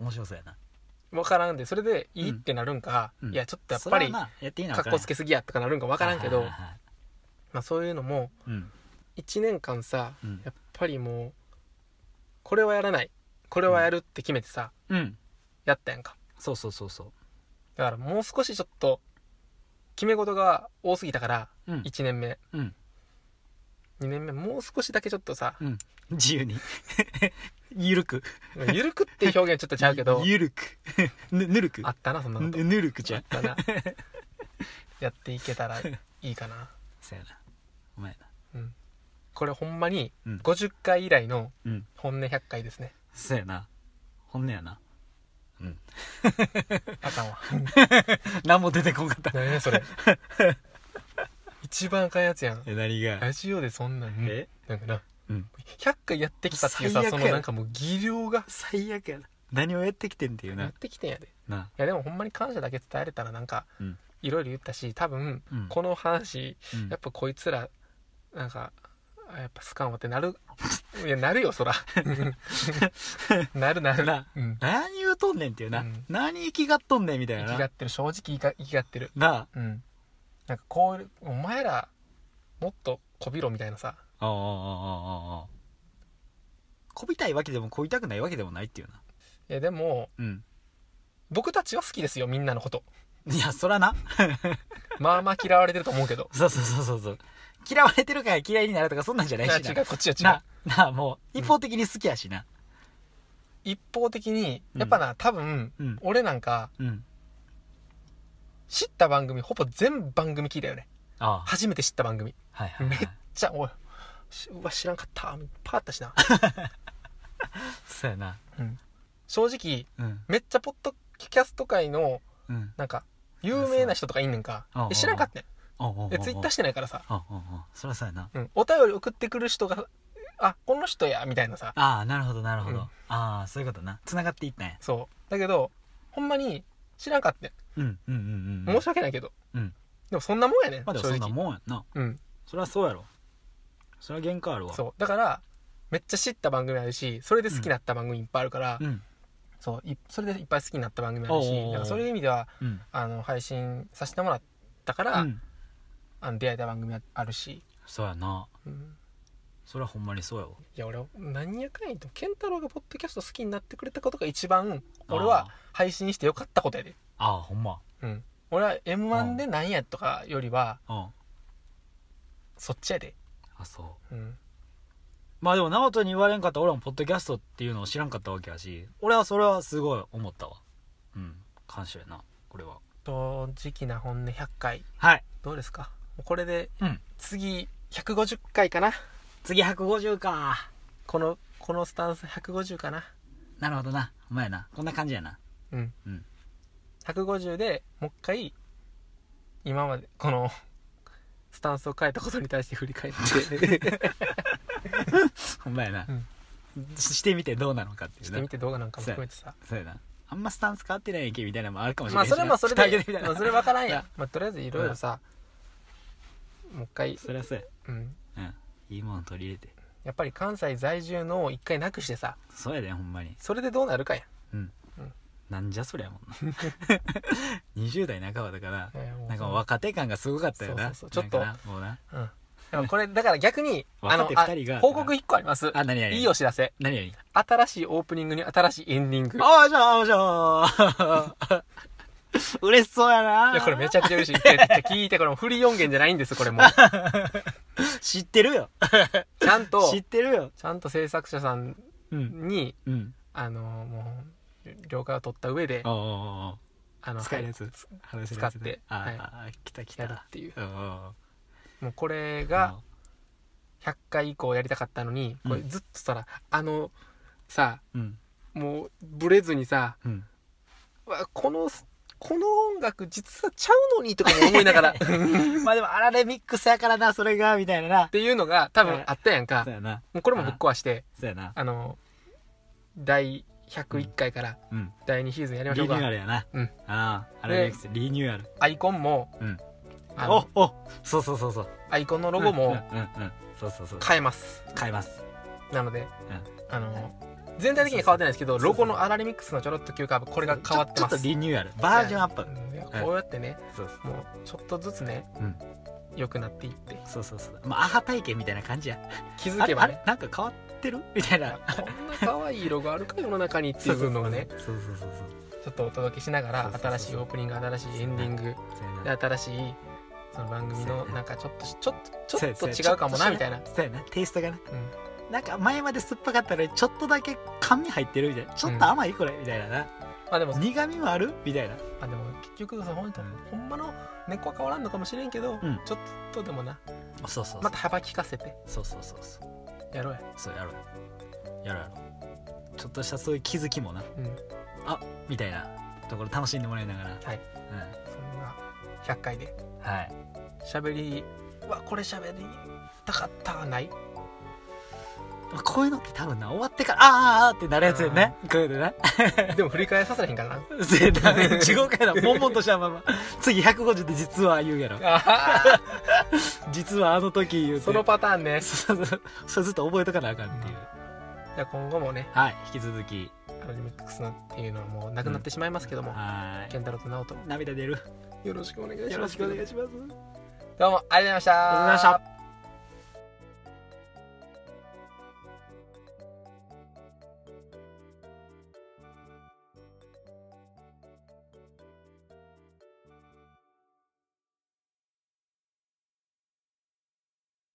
Speaker 2: 面白そうやな
Speaker 1: 分からんでそれでいいってなるんか、
Speaker 2: うんうん
Speaker 1: いやちょっとやっぱり
Speaker 2: それはなやっていいな
Speaker 1: かっこつけすぎやとかなるんか分
Speaker 2: わ
Speaker 1: からんけど、
Speaker 2: はいはいはい
Speaker 1: まあ、そういうのも
Speaker 2: うん
Speaker 1: 1年間さ
Speaker 2: うん
Speaker 1: やっぱりもうこれはやらないこれはやるって決めてさ、
Speaker 2: うん
Speaker 1: やったやんか
Speaker 2: そうそうそうそ
Speaker 1: だからもう少しちょっと決め事が多すぎたから
Speaker 2: ううん
Speaker 1: 1年目
Speaker 2: うん
Speaker 1: 2年目もう少しだけちょっとさ
Speaker 2: うん自由にゆるく
Speaker 1: ゆるくって表現ちょっとちゃうけ ど
Speaker 2: ゆるくぬぬるく
Speaker 1: あったなそんなこ
Speaker 2: ぬ
Speaker 1: と
Speaker 2: ぬるくじ
Speaker 1: あ
Speaker 2: ゃ
Speaker 1: った
Speaker 2: ん
Speaker 1: なやっていけたらいいかな
Speaker 2: そうやなお前やな
Speaker 1: これほんまに
Speaker 2: うん
Speaker 1: 50回以来の
Speaker 2: うん
Speaker 1: 本音100回ですね
Speaker 2: そうやな本音やな
Speaker 1: あかんわ
Speaker 2: 何も出てこんかった
Speaker 1: 何やそれ一番あかんやつやん
Speaker 2: え何が
Speaker 1: ラジオでそんなんね
Speaker 2: え
Speaker 1: なんかな
Speaker 2: うん
Speaker 1: 100回やってきたっていうさ
Speaker 2: 最悪
Speaker 1: そ
Speaker 2: や
Speaker 1: のなんかもう技量が
Speaker 2: 最悪やな何をやってきてんっていう
Speaker 1: やっ
Speaker 2: な
Speaker 1: てきてんやで
Speaker 2: ない
Speaker 1: やでもほんまに感謝だけ伝えれたらなんか
Speaker 2: うん
Speaker 1: いろいろ言ったし多分
Speaker 2: うん
Speaker 1: この話
Speaker 2: うん
Speaker 1: やっぱこいつらなんかあやっぱ好かんわってなるいやなるよ そらなるなる
Speaker 2: な
Speaker 1: うん
Speaker 2: 何言うとんねんっていうな、
Speaker 1: うん
Speaker 2: 何生きがっとんねんみたい
Speaker 1: 生
Speaker 2: な
Speaker 1: きがってる正直生きが生きがってる
Speaker 2: な
Speaker 1: うんなんかこういうお前らもっとこびろみたいなさ
Speaker 2: ああああああああこびたいわけでもこびたくないわけでもないっていうない
Speaker 1: やでも
Speaker 2: うん
Speaker 1: 僕たちは好きですよみんなのこと
Speaker 2: いやそらな
Speaker 1: まあまあ嫌われてると思うけ ど
Speaker 2: そうそうそうそうそう嫌われてるから嫌いになるとかそんなんじゃ
Speaker 1: い
Speaker 2: ない
Speaker 1: や
Speaker 2: し
Speaker 1: 違
Speaker 2: な
Speaker 1: うこっちは違う
Speaker 2: ななもう一方的に好きやしな
Speaker 1: 一方的にやっぱな多分
Speaker 2: うん
Speaker 1: 俺なんか
Speaker 2: うん
Speaker 1: 知った番組ほぼ全番組聞いたよね
Speaker 2: ああ
Speaker 1: 初めて知った番組
Speaker 2: はいはい、は
Speaker 1: め
Speaker 2: い
Speaker 1: っ、ちゃおいしうわ知らんかったいっぱいあったし な、
Speaker 2: そうやな
Speaker 1: 正直
Speaker 2: うん
Speaker 1: めっちゃポッドキャスト界の
Speaker 2: うん
Speaker 1: なんか有名な人とかいんねんか
Speaker 2: うん
Speaker 1: え知らんかったね
Speaker 2: おうおうおうおう
Speaker 1: えツイッターしてないからさ、
Speaker 2: おうおうおうそらそうやな
Speaker 1: うん、お便り送ってくる人があこの人やみたいなさ
Speaker 2: ああなるほどなるほど、
Speaker 1: うん
Speaker 2: ああそういうことなつながっていったんや
Speaker 1: そうだけどほんまに知らんかったね
Speaker 2: うんうんうんうん
Speaker 1: 申し訳ないけど、
Speaker 2: うん
Speaker 1: でもそんなもんやねん、
Speaker 2: まあでも
Speaker 1: 正
Speaker 2: そ
Speaker 1: 直
Speaker 2: んなもんやんな
Speaker 1: うん、
Speaker 2: そりゃそうやろそりゃ限界あるわ
Speaker 1: そうだからめっちゃ知った番組あるしそれで好きになった番組いっぱいあるから、
Speaker 2: うん
Speaker 1: そういそれでいっぱい好きになった番組あるし
Speaker 2: おうおうおう
Speaker 1: だからそういう意味では
Speaker 2: うん
Speaker 1: あの配信させてもらったから、
Speaker 2: うん
Speaker 1: あの出会えた番組ああるし、
Speaker 2: そうやな
Speaker 1: うん
Speaker 2: そりゃほんまにそうやわ
Speaker 1: いや俺何やかんやと健太郎がポッドキャスト好きになってくれたことが一番俺は配信してよかったことやで、
Speaker 2: ああほんま
Speaker 1: うん、俺は m
Speaker 2: う
Speaker 1: 1
Speaker 2: ん
Speaker 1: で何やとかよりは
Speaker 2: うん
Speaker 1: そっちやで、
Speaker 2: あそう
Speaker 1: うん、
Speaker 2: まあでも直人に言われんかったら俺もポッドキャストっていうのを知らんかったわけやし俺はそれはすごい思ったわうん感謝やなこれは
Speaker 1: 正直な本音100回
Speaker 2: はい
Speaker 1: どうですかもうこれで
Speaker 2: うん
Speaker 1: 次150回かな
Speaker 2: 次150か
Speaker 1: このこのスタンス150かな
Speaker 2: なるほどなお前やなこんな感じやな
Speaker 1: うん、
Speaker 2: うん
Speaker 1: 150でもう一回今までこのスタンスを変えたことに対して振り 返って
Speaker 2: ほんまやな、
Speaker 1: うん
Speaker 2: ししてみてどうなのかっていう
Speaker 1: して
Speaker 2: な
Speaker 1: みて動画なんかも含めてさ
Speaker 2: そうやなあんまスタンス変わってないやんけみたいなのもあるかもしれ
Speaker 1: まあ
Speaker 2: ないし
Speaker 1: そ
Speaker 2: な
Speaker 1: れもそれ
Speaker 2: 蓋開けてみ
Speaker 1: で、
Speaker 2: たい
Speaker 1: ま
Speaker 2: な
Speaker 1: あ、それ分からんやん、まあ、とりあえずいろいろさ、もう一回、
Speaker 2: そりゃそうや
Speaker 1: うん、
Speaker 2: うんいいもの取り入れて
Speaker 1: やっぱり関西在住のを一回なくしてさ
Speaker 2: そうやでほんまに
Speaker 1: それでどうなるかやん
Speaker 2: なんじゃそりゃもんな 20代半ばだから
Speaker 1: えーもう
Speaker 2: なんかもう若手感がすごかったよな
Speaker 1: そうそうそうちょっと
Speaker 2: なんかなもうな
Speaker 1: うんやっでもこれだから逆にあの
Speaker 2: 若手
Speaker 1: あ
Speaker 2: 二人が
Speaker 1: 報告1個あります
Speaker 2: あ、何々。
Speaker 1: いいお知らせ
Speaker 2: 何々。
Speaker 1: 新しいオープニングに新しいエンディングい
Speaker 2: ああ、じゃあ、じゃあ。 嬉しそうやな。
Speaker 1: やこれめちゃくちゃ嬉しいこれ聞いてこ れもうフリー音源じゃないんですこれもう
Speaker 2: 知ってるよ。
Speaker 1: ちゃんと
Speaker 2: 知ってるよ。
Speaker 1: ちゃんと制作者さん
Speaker 2: うん。
Speaker 1: に
Speaker 2: うん。
Speaker 1: あのもう了解を取った上で
Speaker 2: おうおうおう
Speaker 1: あ
Speaker 2: お
Speaker 1: の
Speaker 2: う使える
Speaker 1: は
Speaker 2: や
Speaker 1: い
Speaker 2: つ。話せる
Speaker 1: 使
Speaker 2: や
Speaker 1: っ
Speaker 2: つね
Speaker 1: て
Speaker 2: あ
Speaker 1: はい
Speaker 2: ーあー、来た来
Speaker 1: やる
Speaker 2: た
Speaker 1: っ。ていう
Speaker 2: うんうんうん
Speaker 1: もうこれが
Speaker 2: うん
Speaker 1: 100回以降やりたかったのにこれ
Speaker 2: うん
Speaker 1: ずっとさあのさ
Speaker 2: うん。
Speaker 1: もうブレずにさ
Speaker 2: うん。
Speaker 1: うわこのこの音楽実はちゃうのにとかも思いなが らっ
Speaker 2: まあでも、あられミックスやからな、それが、みたいなな。
Speaker 1: ていうのが多分あったやんか
Speaker 2: そうやな。
Speaker 1: もうこれもぶっ壊して
Speaker 2: そうやな。
Speaker 1: あの第101回から
Speaker 2: うん。
Speaker 1: 第2シーズンやり
Speaker 2: リ
Speaker 1: まし
Speaker 2: ニ
Speaker 1: ょ
Speaker 2: ュ
Speaker 1: うか、
Speaker 2: ーアルやな。
Speaker 1: うん。
Speaker 2: ああ、あられミックス、リニューアル。
Speaker 1: アイコンも、
Speaker 2: うん
Speaker 1: あ
Speaker 2: お
Speaker 1: の
Speaker 2: おそうそうそうそう。
Speaker 1: アイコンのロゴ
Speaker 2: うん
Speaker 1: も
Speaker 2: うんうん。そうそうそう。
Speaker 1: 変えます、
Speaker 2: 変えます。
Speaker 1: なので、あの、
Speaker 2: はい
Speaker 1: 全体的には変わってないですけど
Speaker 2: そうそう
Speaker 1: ロゴのアラレミックスのちょろっと急カーブこれが変わってま
Speaker 2: ちょ
Speaker 1: す
Speaker 2: っとリニューアル。バージョンアップ。
Speaker 1: いや
Speaker 2: うん
Speaker 1: こうやってね
Speaker 2: そう
Speaker 1: もうちょっとずつね、
Speaker 2: うん
Speaker 1: 良くなっていって
Speaker 2: そうそうそう。まあ、アハ体験みたいな感じや。
Speaker 1: 気づ
Speaker 2: あ
Speaker 1: け
Speaker 2: れ
Speaker 1: ば
Speaker 2: あ
Speaker 1: ね
Speaker 2: れなんか変わってるみたいな。
Speaker 1: あこんな可愛いロゴあるか世の中にっていうのをね
Speaker 2: そうそうそうそう。
Speaker 1: ちょっとお届けしなが
Speaker 2: そ
Speaker 1: ら
Speaker 2: うそうそう
Speaker 1: 新しいオープニング新しいエンディング
Speaker 2: そうや
Speaker 1: で
Speaker 2: な
Speaker 1: 新しいその番組
Speaker 2: そうや
Speaker 1: の
Speaker 2: ね
Speaker 1: なんかちょっとしちょっとち
Speaker 2: そ
Speaker 1: ょ
Speaker 2: や
Speaker 1: っと
Speaker 2: そや
Speaker 1: 違うかもなみたいな、
Speaker 2: そうやな。テイストがな。
Speaker 1: うん
Speaker 2: なんか前まで酸っぱかったのに、ちょっとだけ甘味入ってるみたいな。ちょっと甘いこれみたいなな。
Speaker 1: まあでも
Speaker 2: 苦味もあるみたいな。
Speaker 1: あでも結局そのほんとほんまの根っこは変わらんのかもしれんけど、
Speaker 2: うん
Speaker 1: ちょっとでもな
Speaker 2: そうそうそ
Speaker 1: ま
Speaker 2: う
Speaker 1: た。幅利かせて
Speaker 2: そうそうそうそう。
Speaker 1: やろうや、
Speaker 2: そうやろう。やろうやろう。ちょっとしたそういう気づきもな。
Speaker 1: うん、
Speaker 2: みたいなところ楽しんでもらいながら。
Speaker 1: はい。そんな100回で
Speaker 2: うん。はい。
Speaker 1: 喋りうわこれ喋りたかったない
Speaker 2: まあこういうのって多分な終わってからあーあーあーってなるやつよねこういうのな
Speaker 1: でも振り返させへんからな
Speaker 2: せやな地獄やな悶々としたまま次150で実は言うや ろ
Speaker 1: あ
Speaker 2: 実はあの時言う
Speaker 1: ー
Speaker 2: て
Speaker 1: そのパターンね
Speaker 2: そうそうそう それずっと覚えとかなあかんっていう、
Speaker 1: うんじゃあ今後もね
Speaker 2: はい引き続き
Speaker 1: アルミックスのっていうのはもうなくなってしまいますけども、
Speaker 2: はー
Speaker 1: 健太郎と直人
Speaker 2: い涙出る
Speaker 1: よろしくお願いします
Speaker 2: よろしくお願いします
Speaker 1: どうもありがとうございました
Speaker 2: ありがとうございました